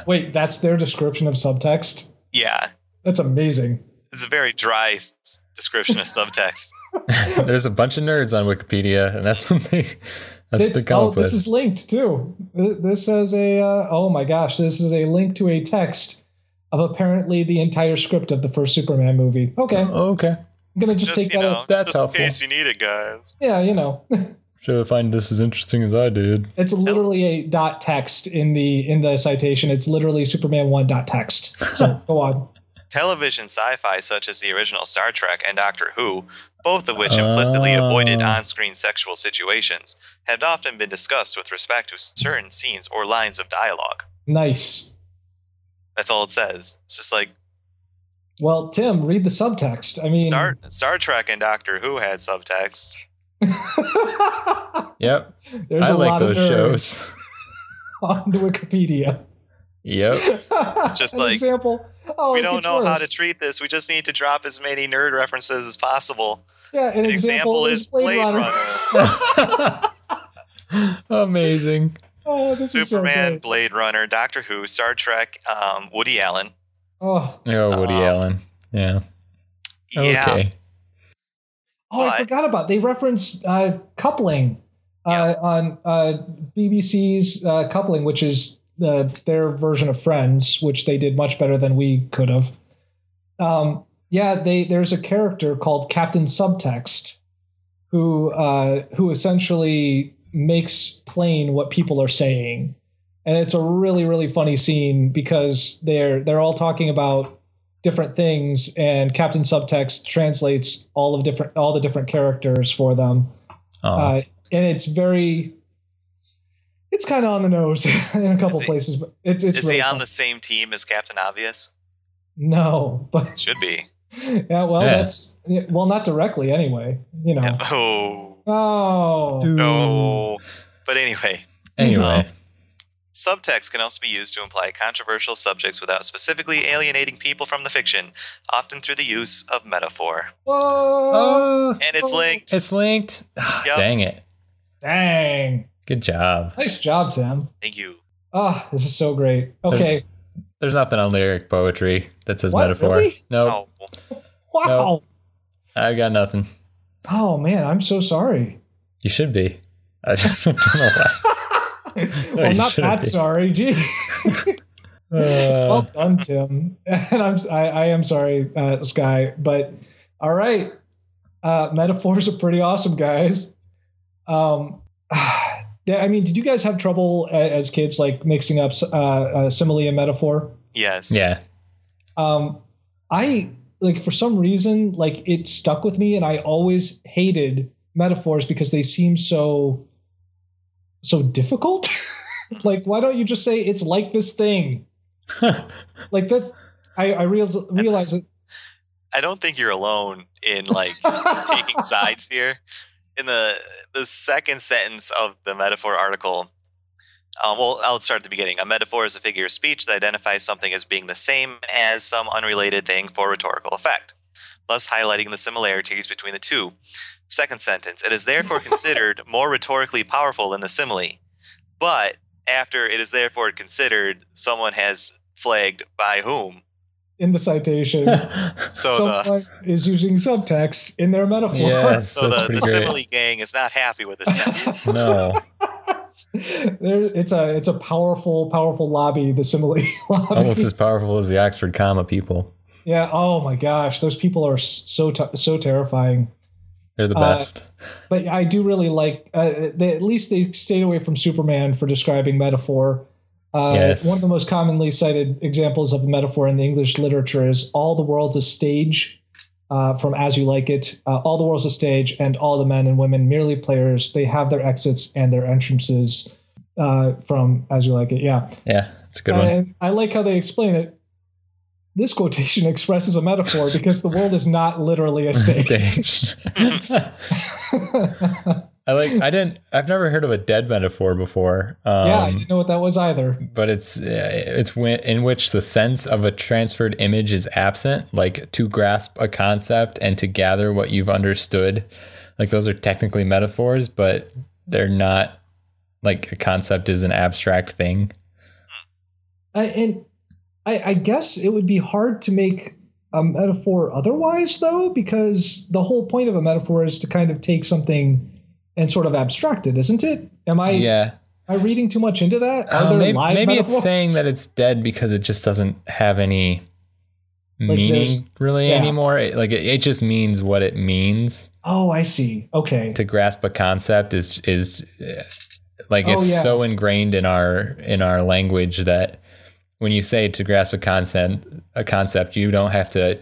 Wait, that's their description of subtext.
Yeah,
That's amazing.
it's a very dry s- description of subtext.
there's a bunch of nerds on Wikipedia, and that's [laughs] what they that's what they
It's-
come
oh,
up with.
this is linked too. Th- This has a uh, oh my gosh, this is a link to a text of apparently the entire script of the first Superman movie. Okay, I'm
Oh, okay,
gonna just, take
you
that.
know,
out.
That's
just
helpful.
in case you need it, guys.
Yeah, you know.
Should have find this as interesting as I did.
It's literally a dot text in the in the citation. It's literally Superman one dot text.
[laughs]
So go on.
Television sci fi, such as the original Star Trek and Doctor Who, both of which implicitly avoided
Oh.
Ah.
on screen sexual situations, have often been discussed with respect to certain scenes or lines of dialogue.
Nice.
That's all it says. It's just like
Well, Tim, read the subtext. I mean,
Star, Star Trek and Doctor Who had subtext.
Yep.
[laughs] there's
I
a
like
lot
those
of errors
shows.
[laughs]
[laughs]
on Wikipedia.
yep. [laughs]
just
An
like,
example. Oh,
we
it
don't
gets
know how to
worse.
treat this. We just need to drop as many nerd references as possible.
Yeah, an,
An example is Blade Runner.
Amazing.
Oh, [laughs] this is so
Superman,
great.
Blade Runner, Doctor Who, Star Trek, um, Woody Allen.
Oh,
Oh, Woody
Um,
Allen. Yeah.
Yeah.
Okay.
oh I
But-
forgot about. They reference uh, coupling uh, on uh, BBC's uh, coupling, which is uh, their version of Friends, which they did much better than we could have. Um, yeah, they there's a character called Captain Subtext, who uh, who essentially makes plain what people are saying, and it's a really really funny scene because they're they're all talking about different things, and Captain Subtext translates all of different all the different characters for them,
Aw.
uh, and it's very. It's kind of on the nose [laughs] in a couple
Is he-
places, but it's it's
Is
really
he on
fun.
the same team as Captain Obvious?
no, [laughs] but
Should be.
yeah, well,
Yeah.
that's yeah, well, not directly anyway. You know.
Yeah. [laughs] Oh
Oh,
Dude.
no. But anyway,
anyway.
subtext can also be used to imply controversial subjects without specifically alienating people from the fiction, often through the use of metaphor.
whoa,
Oh,
And it's linked.
it's linked. [sighs] Ah,
Yep.
Dang it.
dang!
Good job.
Nice job, Tim.
Thank you.
Ah, this is so great. Okay,
There's nothing on lyric poetry that says
What,
metaphor.
really?
No,
Oh,
wow.
I've got nothing.
Oh man, I'm so sorry. [laughs]
You should be. I [laughs] don't know why.
well,
you
not
shouldn't
that
be.
sorry. Gee, well
Uh,
done, Tim. [laughs] And I'm I, I am sorry, uh, Sky. But all right, uh, metaphors are pretty awesome, guys. Um, [sighs] yeah, I mean, did you guys have trouble a- as kids like mixing up uh, uh, simile and metaphor? [laughs]
yes.
yeah.
um i like for some reason like it stuck with me and i always hated metaphors because they seem so so difficult [laughs] like why don't you just say it's like this thing like that i i realize realize it
I don't think you're alone in like
[laughs]
taking sides here. In the the second sentence of the metaphor article, um, well, I'll start at the beginning. A metaphor is a figure of speech that identifies something as being the same as some unrelated thing for rhetorical effect, thus highlighting the similarities between the two. Second sentence: It is
[laughs]
therefore considered more rhetorically powerful than the simile, but after it is therefore considered, someone has flagged by whom.
in
[laughs]
the citation
So uh, the
someone is using subtext in their metaphor
yes,
so
that's
the,
pretty
the
great.
simile gang is not happy with this sentence.
[laughs] no.
[laughs] there it's a it's a powerful powerful lobby the simile [laughs] lobby
Almost as powerful as the Oxford comma people.
Yeah. Oh my gosh, those people are s- so t- so terrifying.
They're the
Uh,
best.
But I do really like. Uh, they, at least they stayed away from Superman for describing metaphor. Uh,
Yes.
One of the most commonly cited examples of a metaphor in the English literature is "All the World's a Stage" uh, from "As You Like It." Uh, "All the World's a Stage," and "All the men and women merely players. They have their exits and their entrances." Uh, from "As You Like It." Yeah.
Yeah, it's a good
[laughs]
one.
And I like how they explain it. This quotation [laughs] expresses a metaphor because the world is not
[laughs]
literally a stage. [laughs]
Stage. [laughs] I like. I didn't. I've never heard of a dead metaphor before. Um,
yeah, I didn't know what that was either.
but it's uh, it's when, in which the sense of a transferred image is absent like to grasp a concept and to gather what you've understood like those are technically metaphors but they're not like a concept is an abstract thing
I, and I, I guess it would be hard to make a metaphor otherwise, though, because the whole point of a metaphor is to kind of take something and sort of abstract it, isn't it? Am I
yeah
am I reading too much into that? Are
Uh,
there
maybe,
live
maybe it's
metaphors?
saying that it's dead because it just doesn't have any
Like there's-
meaning really
yeah.
anymore. It- like it, it just means what it means
Oh, I see. Okay.
to grasp a concept is is uh, like
Oh,
it's
yeah.
so ingrained in our in our language that when you say to grasp a concept a concept you don't have to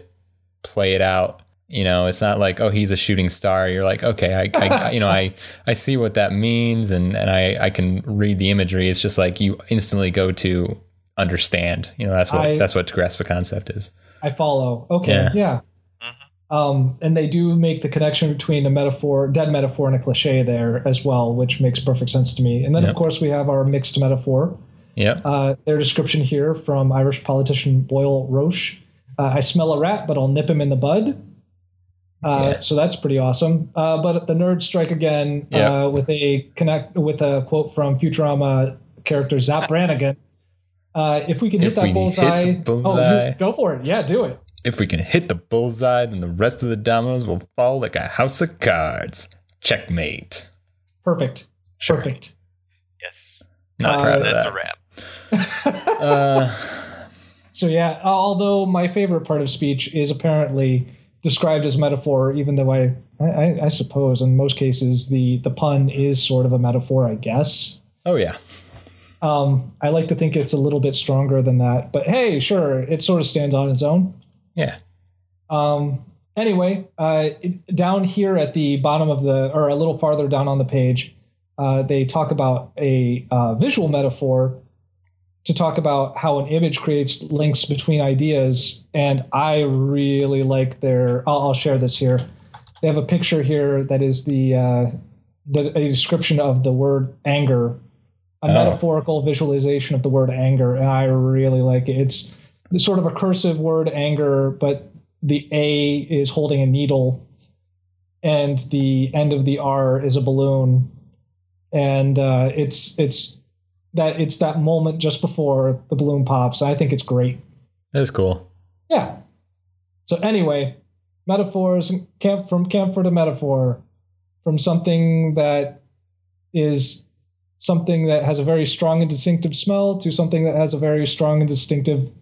play it out. You know, it's not like oh he's a shooting star. You're like okay, I,
[laughs]
I you know I I see what that means and and I I can read the imagery. It's just like you instantly go to understand. You know, that's what
I-
that's what to grasp a concept is.
I follow. Okay. Yeah.
Yeah.
Mhm.
Um, and they do make the connection between a metaphor, dead metaphor, and a cliche there as well, which makes perfect sense to me. And then, of
Yep.
course, we have our mixed metaphor.
Yep.
Uh, their description here from Irish politician Boyle Roche uh, I smell a rat, but I'll nip him in the bud. Uh,
Yeah.
So that's pretty awesome. Uh, but the nerds strike again
Yeah.
uh, with a connect with a quote from Futurama character Zap Brannigan. Uh, if we can
If
hit
we
that
hit the
bullseye, Oh,
bullseye.
you, go for it. Yeah, do it.
If we can hit the bullseye, then the rest of the dominoes will fall like a house of cards. Checkmate.
Perfect.
Sure.
Perfect.
Yes.
Not
Uh,
proud of
Oh, That's
that.
a wrap.
Uh,
So yeah, although my favorite part of speech is apparently described as metaphor, even though I, I, I suppose in most cases the the pun is sort of a metaphor, I guess.
oh yeah,
Um, I like to think it's a little bit stronger than that, but hey, sure, it sort of stands on its own.
yeah.
Um, anyway, uh, it- down here at the bottom of the, or a little farther down on the page, uh, they talk about a uh, visual metaphor to talk about how an image creates links between ideas. And I really like their, I'll, I'll share this here. They have a picture here that is the, uh, the a description of the word anger, a
Oh.
metaphorical visualization of the word anger. And I really like it. It's sort of a cursive word anger, but the A is holding a needle, and the end of the R is a balloon, and uh, it's it's that it's that moment just before the balloon pops. I think it's great.
That is cool.
Yeah. So anyway, metaphors and camp from camphor to metaphor, from something that is something that has a very strong and distinctive smell to something that has a very strong and distinctive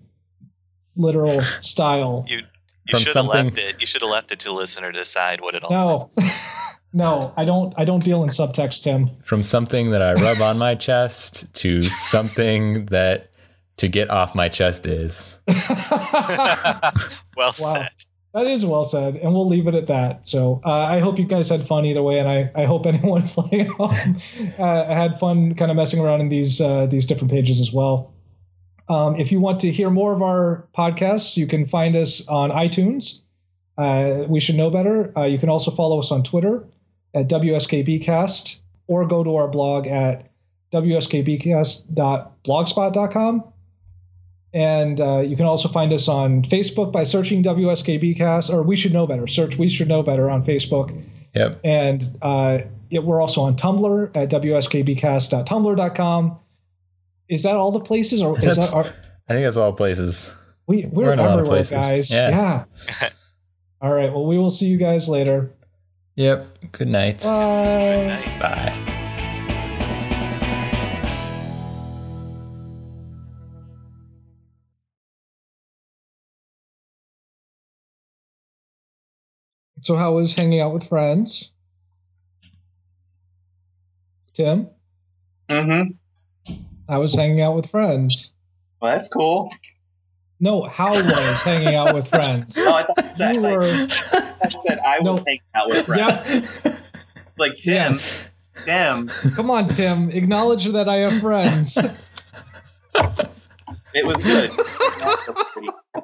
literal style.
You you
From
should have left
something-
it. You should have left it to the listener to decide what it all.
No,
means. [laughs]
no, I don't. I don't deal in subtext, Tim. [laughs]
From something that I rub on my chest to something that to get off my chest is.
that
well
Wow.
said.
is well said, and we'll leave it at that. So uh, I hope you guys had fun either way, and I, I hope [laughs] anyone playing at home uh, had fun kind of messing around in these uh, these different pages as well. Um, if you want to hear more of our podcasts, you can find us on iTunes. Uh, we should know better. Uh, you can also follow us on Twitter at WSKBcast or go to our blog at wskbcast.blogspot.com. And uh, you can also find us on Facebook by searching WSKBcast, or We Should Know Better. Search We Should Know Better on Facebook.
Yep.
And uh, yeah, we're also on Tumblr at WSKBcast.tumblr.com. Is that all the places? Or is
That's-
that our,
I think that's all places.
we, we're,
we're in a lot of
everywhere,
places.
guys.
Yeah.
yeah. all right. Well, we will see you guys later.
Yep. Good night.
Bye.
Good night.
Mm-hmm.
Bye.
So, how was hanging out with friends? Tim,
Mm-hmm.
I was hanging out with friends.
Well, that's cool.
No, how was hanging out with friends?
No, I thought
You
exactly.
were,
I said I was
No.
hanging out with Brad.
yeah.
Like Tim, Tim.
Come on, Tim, acknowledge that I have friends.
It was good.
[laughs]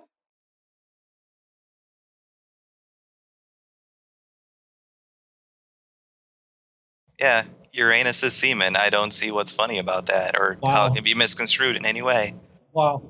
Yeah, Uranus is semen. I don't see what's funny about that or how
Wow.
it can be misconstrued in any way.
Wow.